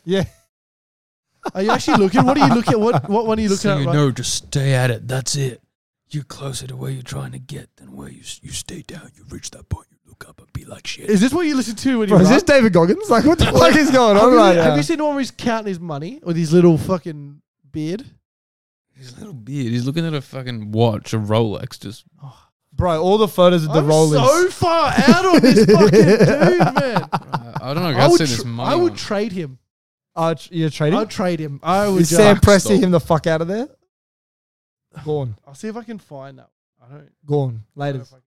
Speaker 4: Are you actually looking? What are you looking at? What what one are you looking
Speaker 3: so
Speaker 4: at?
Speaker 3: you
Speaker 4: right-
Speaker 3: know, just stay at it. That's it. You're closer to where you're trying to get than where you you stay down. You reach that point, you look up and be like shit.
Speaker 4: Is this what you listen to when you
Speaker 2: Bro,
Speaker 4: run?
Speaker 2: is this David Goggins? Like, what the fuck is going
Speaker 4: have,
Speaker 2: on
Speaker 4: you,
Speaker 2: right
Speaker 4: have
Speaker 2: now?
Speaker 4: you seen the one where he's counting his money with his little fucking beard?
Speaker 3: His little beard. He's looking at a fucking watch, a Rolex. Just
Speaker 2: Bro, all the photos of the
Speaker 4: I'm
Speaker 2: Rollins.
Speaker 4: so far out on this fucking
Speaker 2: *laughs*
Speaker 4: dude, man.
Speaker 3: uh, I don't know.
Speaker 4: I
Speaker 3: I've
Speaker 4: would,
Speaker 3: seen this
Speaker 4: tr-
Speaker 3: money.
Speaker 4: I would
Speaker 3: one.
Speaker 4: trade him.
Speaker 2: Uh, tr- you're trading?
Speaker 4: I'd trade him. I would.
Speaker 2: Is
Speaker 4: Just,
Speaker 2: Sam
Speaker 3: Fuck,
Speaker 2: Presti
Speaker 3: stop.
Speaker 2: him the fuck out of there? Gone.
Speaker 4: I'll see if I can find that. I don't.
Speaker 2: Gone.
Speaker 4: I don't know
Speaker 2: Later.
Speaker 4: if I can-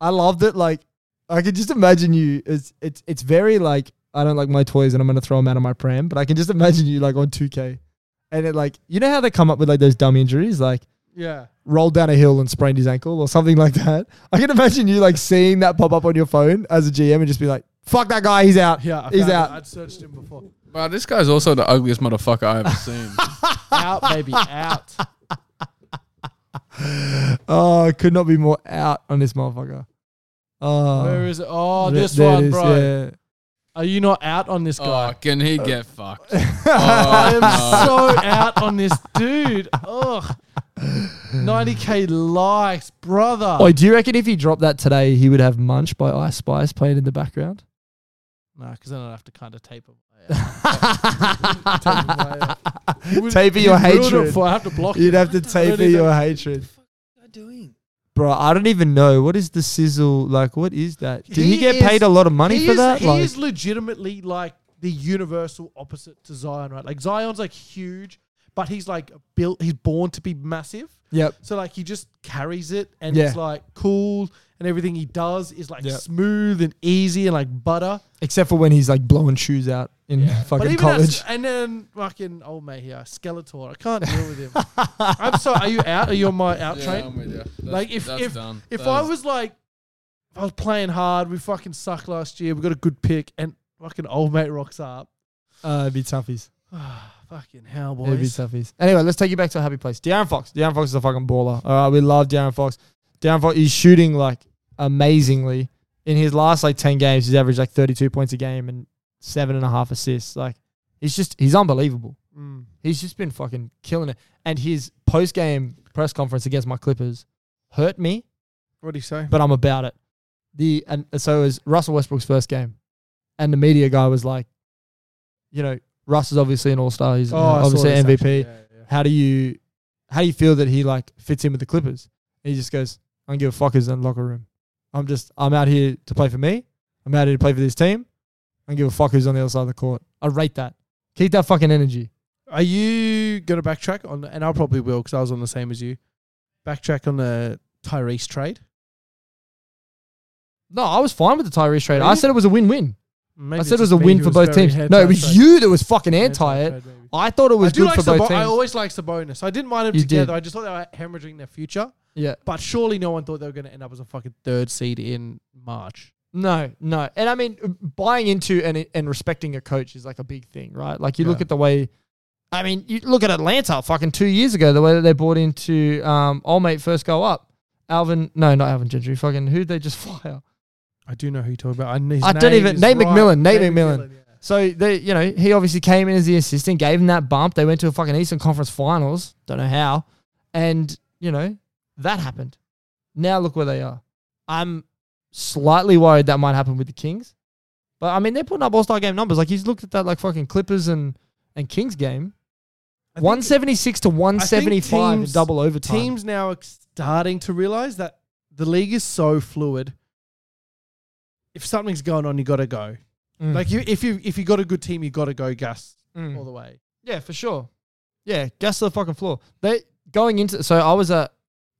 Speaker 2: I loved it. Like, I could just imagine you. It's, it's, it's very like, I don't like my toys and I'm going to throw them out of my pram, but I can just imagine you like on 2K. And it like, you know how they come up with like those dumb injuries? Like,
Speaker 4: Yeah.
Speaker 2: rolled down a hill and sprained his ankle or something like that. I can imagine you like seeing that pop up on your phone as a GM and just be like, fuck that guy, he's out.
Speaker 4: Yeah. I
Speaker 2: he's
Speaker 4: found it.
Speaker 2: out.
Speaker 4: I'd searched
Speaker 2: *laughs*
Speaker 4: him before.
Speaker 3: Wow, this guy's also the *laughs* ugliest motherfucker I've ever seen.
Speaker 4: out, baby, out.
Speaker 2: Oh, I could not be more out on this motherfucker. Oh,
Speaker 4: *laughs* Where is it? Oh,
Speaker 2: th-
Speaker 4: this
Speaker 2: there it
Speaker 4: one,
Speaker 2: is,
Speaker 4: bro.
Speaker 2: yeah.
Speaker 4: Are you not out on this guy?
Speaker 3: Oh, can he get
Speaker 4: *laughs*
Speaker 3: fucked?
Speaker 4: I
Speaker 3: Oh,
Speaker 2: *laughs*
Speaker 3: no.
Speaker 4: am so out on this dude. Ugh. 90k likes, brother.
Speaker 2: Oi, do you reckon if he dropped that today, he would have Munch by Ice Spice playing in the background?
Speaker 4: Nah, because then I'd have to kind of tape him.
Speaker 2: *laughs*
Speaker 4: Would-
Speaker 2: Taper your
Speaker 4: you'd ruin it
Speaker 2: hatred.
Speaker 4: for- I have
Speaker 2: *laughs*
Speaker 4: to
Speaker 2: *laughs*
Speaker 4: block
Speaker 2: You'd
Speaker 4: you. *laughs*
Speaker 2: have to taper
Speaker 4: even-
Speaker 2: your hatred. Bro, I don't even know. What is the sizzle? Like, what is that? Did he,
Speaker 4: He
Speaker 2: get
Speaker 4: is-
Speaker 2: paid a lot of money
Speaker 4: he
Speaker 2: for
Speaker 4: is,
Speaker 2: that?
Speaker 4: He
Speaker 2: Like,
Speaker 4: is legitimately like the universal opposite to Zion, right? Like Zion's like huge, but he's like built. He's born to be massive.
Speaker 2: yep.
Speaker 4: So like he just carries it, and
Speaker 2: Yeah.
Speaker 4: it's like cool, and everything he does is like
Speaker 2: Yep.
Speaker 4: smooth and easy and like butter.
Speaker 2: Except for when he's like blowing shoes out in
Speaker 4: But
Speaker 2: fucking
Speaker 4: even that's- *laughs*
Speaker 2: college.
Speaker 4: and then fucking old mate here, Skeletor. I can't deal with him. *laughs* I'm sorry. Are you out? Are you on my out
Speaker 3: Yeah,
Speaker 4: train?
Speaker 3: I'm with you. That's-
Speaker 4: like if
Speaker 3: that's
Speaker 4: if
Speaker 3: done.
Speaker 4: if
Speaker 3: That
Speaker 4: I
Speaker 3: is-
Speaker 4: was like, if I was playing hard. We fucking sucked last year. We got a good pick, and fucking old mate rocks up.
Speaker 2: Uh, it'd be toughies.
Speaker 4: fucking hell,
Speaker 2: It'd be
Speaker 4: boys.
Speaker 2: toughies. Anyway, let's take you back to a happy place. Darren Fox. Darren Fox is a fucking baller. All right, we love Darren Fox. Darren Fox is shooting like amazingly. In his last like ten games, he's averaged like thirty-two points a game and seven and a half assists. Like, he's just he's unbelievable.
Speaker 4: Mm.
Speaker 2: He's just been fucking killing it. And his post-game press conference against my Clippers hurt me
Speaker 4: What do you say?
Speaker 2: but I'm about it. The and so it was Russell Westbrook's first game, and the media guy was like, you know, Russ is obviously an all star.
Speaker 4: Oh,
Speaker 2: He's you know, obviously MVP. How do you, how do you feel that he like fits in with the Clippers? And he just goes, I don't give a fuck who's in the locker room. I'm just I'm out here to play for me. I'm out here to play for this team. I don't give a fuck who's on the other side of the court. I rate that. Keep that fucking energy.
Speaker 4: Are you gonna backtrack on? And I probably will because I was on the same as you. Backtrack on the Tyrese trade.
Speaker 2: No, I was fine with the Tyrese trade. I
Speaker 4: Really?
Speaker 2: said it was a win-win.
Speaker 4: Maybe
Speaker 2: I said it
Speaker 4: it's
Speaker 2: was
Speaker 4: just
Speaker 2: a
Speaker 4: me
Speaker 2: win
Speaker 4: who
Speaker 2: for
Speaker 4: was
Speaker 2: both
Speaker 4: very
Speaker 2: teams. No, it was
Speaker 4: anti-trade.
Speaker 2: you that was fucking anti it.
Speaker 4: Anti-trade, maybe.
Speaker 2: I thought it
Speaker 4: I
Speaker 2: was
Speaker 4: do
Speaker 2: good
Speaker 4: like
Speaker 2: for both
Speaker 4: Sabo- I
Speaker 2: teams.
Speaker 4: always like Sabonis. I didn't mind them
Speaker 2: You
Speaker 4: together.
Speaker 2: did.
Speaker 4: I just thought they were hemorrhaging their future.
Speaker 2: yeah.
Speaker 4: But surely no one thought they were going to end up as a fucking third seed in March.
Speaker 2: No, no. And I mean, buying into and and respecting a coach is like a big thing, right? Like you look
Speaker 4: Yeah.
Speaker 2: at the way. I mean, you look at Atlanta fucking two years ago, the way that they bought into um, old mate first go up. Alvin, no, not Alvin Gentry. Fucking who'd they just *laughs* fire?
Speaker 4: I do know who you're talking about. I, his
Speaker 2: I don't
Speaker 4: name
Speaker 2: even-
Speaker 4: is
Speaker 2: Nate
Speaker 4: right.
Speaker 2: McMillan, Nate McMillan.
Speaker 4: yeah.
Speaker 2: So they, you know, he obviously came in as the assistant, gave him that bump. They went to a fucking Eastern Conference Finals. Don't know how, and you know that happened. Now look where they are. I'm slightly worried that might happen with the Kings, but I mean they're putting up All Star game numbers. Like he's looked at that like fucking Clippers and and Kings game,
Speaker 4: I think
Speaker 2: one seventy six to one seventy five in
Speaker 4: teams-
Speaker 2: double overtime.
Speaker 4: Teams now are starting to realize that the league is so fluid. If something's going on, you got to go.
Speaker 2: Mm.
Speaker 4: Like you, if you if you got a good team, you got to go gas
Speaker 2: Mm.
Speaker 4: all the way.
Speaker 2: Yeah, for sure. Yeah, gas to the fucking floor. They going into so I was at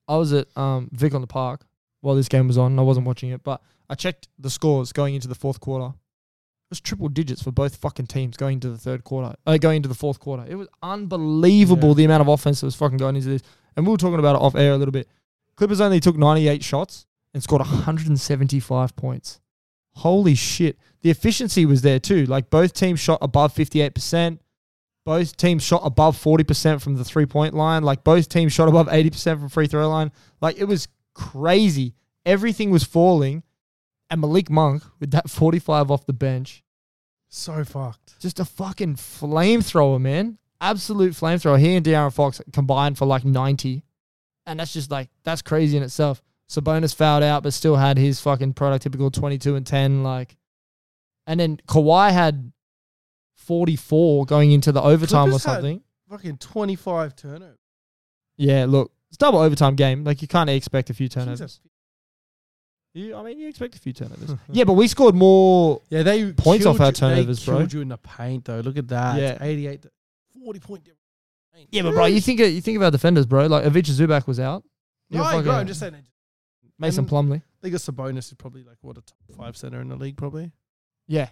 Speaker 2: I was at um Vic on the park while this game was on. and I wasn't watching it, but I checked the scores going into the fourth quarter. It was triple digits for both fucking teams going into the third quarter. Uh, going into the fourth quarter. It was unbelievable
Speaker 4: Yeah.
Speaker 2: the amount of offense that was fucking going into this. And we were talking about it off air a little bit. Clippers only took 98 shots and scored 175 points. Holy shit. The efficiency was there too. Like both teams shot above 58%. Both teams shot above 40% from the three point line. Like both teams shot above 80% from free throw line. Like it was crazy. Everything was falling. And Malik Monk with that 45 off the bench,
Speaker 4: So fucked.
Speaker 2: just a fucking flamethrower, man. Absolute flamethrower. He and De'Aaron Fox combined for like 90. And that's just like, that's crazy in itself. Sabonis fouled out, but still had his fucking prototypical 22 and 10. Like, and then Kawhi had 44 going into the overtime
Speaker 4: Clippers
Speaker 2: or
Speaker 4: had-
Speaker 2: something.
Speaker 4: Fucking twenty five turnovers.
Speaker 2: yeah, look, it's double overtime game. Like, you can't expect a few turnovers.
Speaker 4: Jesus.
Speaker 2: You, I mean, you expect a few turnovers. *laughs* yeah, but we scored more.
Speaker 4: Yeah, they
Speaker 2: Points off
Speaker 4: killed
Speaker 2: our
Speaker 4: you-
Speaker 2: turnovers,
Speaker 4: they
Speaker 2: bro.
Speaker 4: Killed you in the paint though. Look at that.
Speaker 2: Yeah.
Speaker 4: Yeah, eighty eight. 40 point difference.
Speaker 2: Yeah, but bro, you think you think about defenders, bro. Like Avicii Zubak was out. You
Speaker 4: No,
Speaker 2: got
Speaker 4: I agree.
Speaker 2: fucking
Speaker 4: I'm just saying. I
Speaker 2: Mason
Speaker 4: and-
Speaker 2: Plumley.
Speaker 4: think a Sabonis is probably like what a top five center in the league, probably.
Speaker 2: Yeah,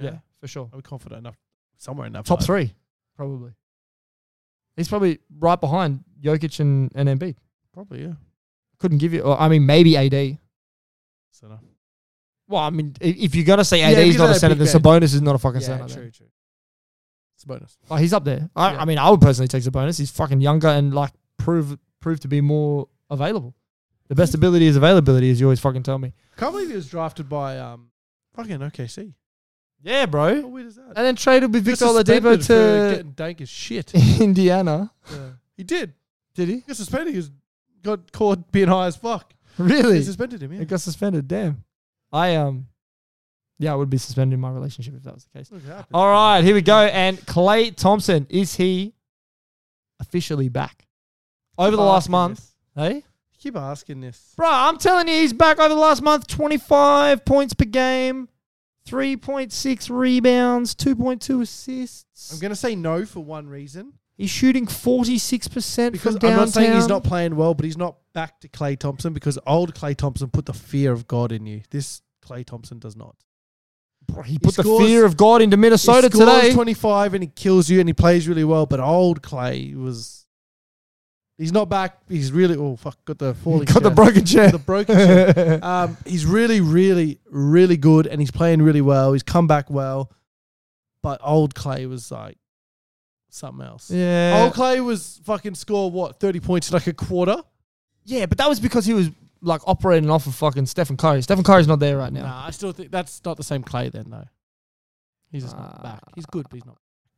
Speaker 2: yeah, for sure.
Speaker 4: I'm confident enough somewhere in that
Speaker 2: Top
Speaker 4: five.
Speaker 2: three, probably. He's probably right behind Jokic and, and Embiid.
Speaker 4: Probably, yeah.
Speaker 2: Couldn't give you. Or, I mean, maybe AD.
Speaker 4: Center.
Speaker 2: Well, I mean, i- if you're gonna say
Speaker 4: Yeah,
Speaker 2: AD is
Speaker 4: because
Speaker 2: not a
Speaker 4: they're
Speaker 2: center, then
Speaker 4: big
Speaker 2: Sabonis is not a fucking
Speaker 4: yeah,
Speaker 2: center. then.
Speaker 4: true, true. Sabonis.
Speaker 2: Like, he's up there. I,
Speaker 4: Yeah.
Speaker 2: I mean, I would personally take Sabonis. He's fucking younger and like prove proved to be more available. The best ability is availability, as you always fucking tell me.
Speaker 4: Can't believe he was drafted by um fucking OKC.
Speaker 2: Yeah,
Speaker 4: How
Speaker 2: bro.
Speaker 4: weird is that?
Speaker 2: And then traded with Victor
Speaker 4: Just suspended
Speaker 2: Oladipo
Speaker 4: for
Speaker 2: to
Speaker 4: getting dank
Speaker 2: *laughs*
Speaker 4: as shit.
Speaker 2: Indiana.
Speaker 4: Yeah. He did.
Speaker 2: Did he?
Speaker 4: He got suspended. He was, got caught being high as fuck. They
Speaker 2: Really?
Speaker 4: suspended him. Yeah.
Speaker 2: It got suspended. Damn. I um, yeah, I would be suspended in my relationship if that was the case.
Speaker 4: Look what happened.
Speaker 2: All right, here we go. And Clay Thompson is he officially back? Over the
Speaker 4: Keep
Speaker 2: last
Speaker 4: asking
Speaker 2: month,
Speaker 4: this.
Speaker 2: hey,
Speaker 4: Keep asking this.
Speaker 2: bro, I'm telling you, he's back over the last month. Twenty five points per game, three point six rebounds, two point two assists.
Speaker 4: I'm gonna say no for one reason
Speaker 2: he's shooting forty six percent
Speaker 4: because
Speaker 2: from
Speaker 4: I'm
Speaker 2: downtown.
Speaker 4: not saying he's not playing well, but he's not back to Clay Thompson because old Clay Thompson put the fear of God in you. This Clay Thompson does not.
Speaker 2: Bro, he put the
Speaker 4: scores-
Speaker 2: fear of God into Minnesota
Speaker 4: he scores
Speaker 2: today.
Speaker 4: 25 and he kills you and he plays really well, but old Clay was. He's not back. He's really. Oh, fuck.
Speaker 2: *laughs*
Speaker 4: Got the falling
Speaker 2: Got the
Speaker 4: chair.
Speaker 2: broken chair.
Speaker 4: *laughs* The
Speaker 2: *laughs*
Speaker 4: broken chair. Um, he's really, really, really good and he's playing really well. He's come back well. But old Clay was like something else.
Speaker 2: yeah.
Speaker 4: Old Clay was fucking score, what, 30 points in like a quarter?
Speaker 2: Yeah, but that was because he was like operating off of fucking Stephen Curry. Stephen Curry's not there right now.
Speaker 4: Nah, I still think that's not the same Clay then, though. He's just
Speaker 2: Ah.
Speaker 4: not back. He's good, but he's not.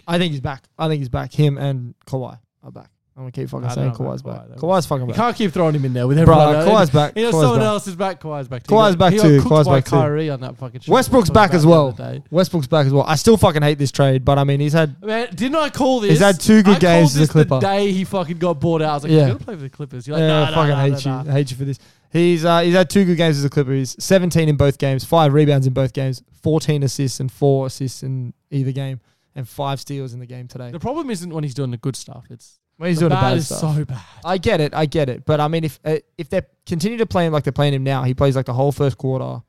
Speaker 2: I think he's back. I think he's back. Him and Kawhi are back. I'm gonna keep fucking
Speaker 4: I don't
Speaker 2: saying
Speaker 4: know about
Speaker 2: Kawhi's back.
Speaker 4: Kawhi, though.
Speaker 2: Kawhi's fucking
Speaker 4: You
Speaker 2: back.
Speaker 4: can't keep throwing him in there with
Speaker 2: Bro,
Speaker 4: everyone. else.
Speaker 2: Kawhi's back.
Speaker 4: You know,
Speaker 2: Kawhi's
Speaker 4: someone
Speaker 2: back.
Speaker 4: else is back. Kawhi's back. too.
Speaker 2: Kawhi's
Speaker 4: He got-
Speaker 2: back
Speaker 4: he
Speaker 2: too.
Speaker 4: Got cooked
Speaker 2: Kawhi's
Speaker 4: by
Speaker 2: back too.
Speaker 4: Kyrie on that fucking. shot.
Speaker 2: Westbrook's
Speaker 4: Talk about
Speaker 2: back as
Speaker 4: the
Speaker 2: well.
Speaker 4: other day.
Speaker 2: Westbrook's back as well. I still fucking hate this trade, but I mean, he's had
Speaker 4: Man, didn't I call this?
Speaker 2: He's had two good
Speaker 4: I called
Speaker 2: games as a
Speaker 4: this
Speaker 2: Clipper.
Speaker 4: The day he fucking got bought out, I was like,
Speaker 2: Yeah.
Speaker 4: "You're gonna play for the Clippers." You're like,
Speaker 2: yeah,
Speaker 4: "Nah,
Speaker 2: I
Speaker 4: nah,
Speaker 2: uh, fucking
Speaker 4: nah,
Speaker 2: hate
Speaker 4: nah,
Speaker 2: you.
Speaker 4: nah."
Speaker 2: I hate you for this. He's uh, he's had two good games as a Clipper. He's 17 in both games, five rebounds in both games, 14 assists and four assists in either game, and five steals in the game today.
Speaker 4: The problem isn't when he's doing the good stuff. It's
Speaker 2: When he's
Speaker 4: the
Speaker 2: doing the
Speaker 4: bad
Speaker 2: bad
Speaker 4: is
Speaker 2: stuff.
Speaker 4: so bad.
Speaker 2: I get it, I get it, but I mean, if uh, if they continue to play him like they're playing him now, he plays like the whole first quarter,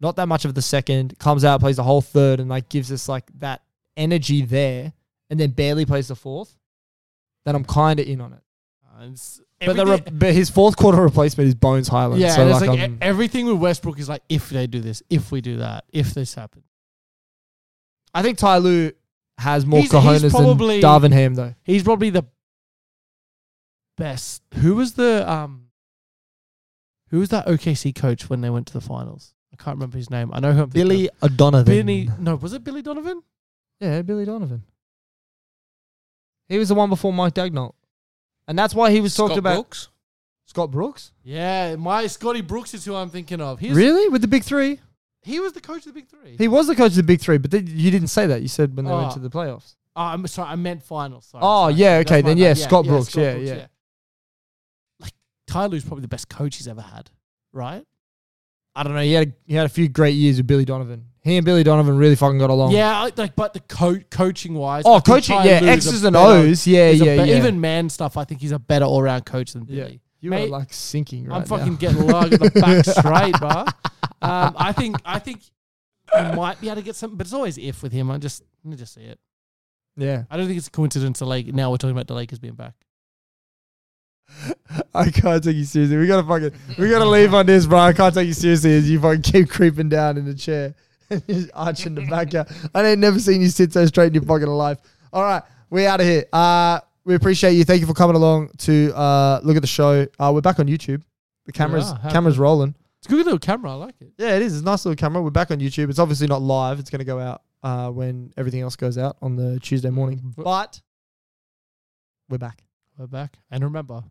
Speaker 2: not that much of the second, comes out, plays the whole third, and like gives us like that energy there, and then barely plays the fourth. Then I'm kind of in on it.
Speaker 4: Uh, it's-
Speaker 2: But, the
Speaker 4: everything-
Speaker 2: re- but his fourth quarter replacement is Bones Highland.
Speaker 4: yeah,
Speaker 2: so
Speaker 4: and it's
Speaker 2: like,
Speaker 4: like e-
Speaker 2: I'm-
Speaker 4: everything with Westbrook is like, if they do this, if we do that, if this happens.
Speaker 2: I think Ty Lue has more
Speaker 4: He's- he's
Speaker 2: cojones
Speaker 4: probably-
Speaker 2: than Darvin Ham though.
Speaker 4: He's probably the best. Who was the um? Who was that OKC coach when they went to the finals? I can't remember his name. I know who I'm thinking of.
Speaker 2: O'Donovan.
Speaker 4: Billy. No, was it Billy Donovan?
Speaker 2: Yeah, Billy Donovan. He was the one before Mike Dagnall. And that's why he was talked
Speaker 3: Scott
Speaker 2: about
Speaker 3: Brooks?
Speaker 2: Scott Brooks.
Speaker 4: Yeah, my Scotty Brooks is who I'm thinking of. He's,
Speaker 2: really? With the big three?
Speaker 4: He was the coach of the Big Three.
Speaker 2: He was the coach of the big three, but then you didn't say that. You said when they went
Speaker 4: Oh.
Speaker 2: to the playoffs.
Speaker 4: oh, I'm sorry, I meant finals. Sorry,
Speaker 2: Oh,
Speaker 4: sorry.
Speaker 2: yeah,
Speaker 4: That's
Speaker 2: okay,
Speaker 4: my
Speaker 2: then,
Speaker 4: bad.
Speaker 2: yeah, Scott Brooks, yeah, yeah.
Speaker 4: Like, Tyler's probably the best coach he's ever had, right?
Speaker 2: I don't know. He had a, he had a few great years with Billy Donovan. He and Billy Donovan really fucking got along.
Speaker 4: Yeah, I, like, but the co- coaching wise.
Speaker 2: Oh, coaching. Yeah, X's and O's. Yeah, yeah, yeah.
Speaker 4: Even man stuff, I think he's a better all round coach than
Speaker 2: Yeah.
Speaker 4: Billy.
Speaker 2: you
Speaker 4: Mate,
Speaker 2: are like sinking right
Speaker 4: I'm fucking
Speaker 2: now. *laughs*
Speaker 4: getting lugged the back straight, bro. Um, I think I think he might be able to get something, but it's always if with him. I just let me just see it.
Speaker 2: Yeah.
Speaker 4: I don't think it's a coincidence. The Lake now we're talking about the Lakers being back.
Speaker 2: I can't take you seriously. We gotta fucking we gotta leave on this, bro. I can't take you seriously as you fucking keep creeping down in the chair *laughs* and just arching the back out. I ain't never seen you sit so straight in your fucking life. All right, we out of here. Uh, we appreciate you. Thank you for coming along to uh look at the show. Uh, we're back on YouTube. The cameras
Speaker 4: are. How
Speaker 2: cameras rolling.
Speaker 4: It's a good little camera. I like it.
Speaker 2: Yeah, it is. It's a nice little camera. We're back on YouTube. It's obviously not live. It's gonna go out uh when everything else goes out on the Tuesday morning. But we're back.
Speaker 4: We're back, and remember,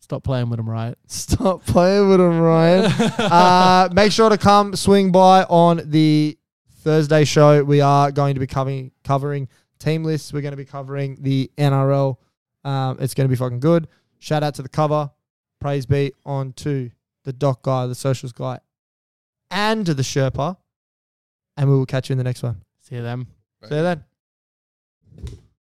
Speaker 4: stop playing with them, right?
Speaker 2: Stop playing with him,
Speaker 4: *laughs*
Speaker 2: Ryan. uh, make sure to come swing by on the Thursday show. We are going to be covering covering team lists. We're going to be covering the NRL. Um, it's going to be fucking good. Shout out to the cover. Praise be on to the doc guy, the socials guy, and to the Sherpa. And we will catch you in the next one.
Speaker 4: See them.
Speaker 2: See you then.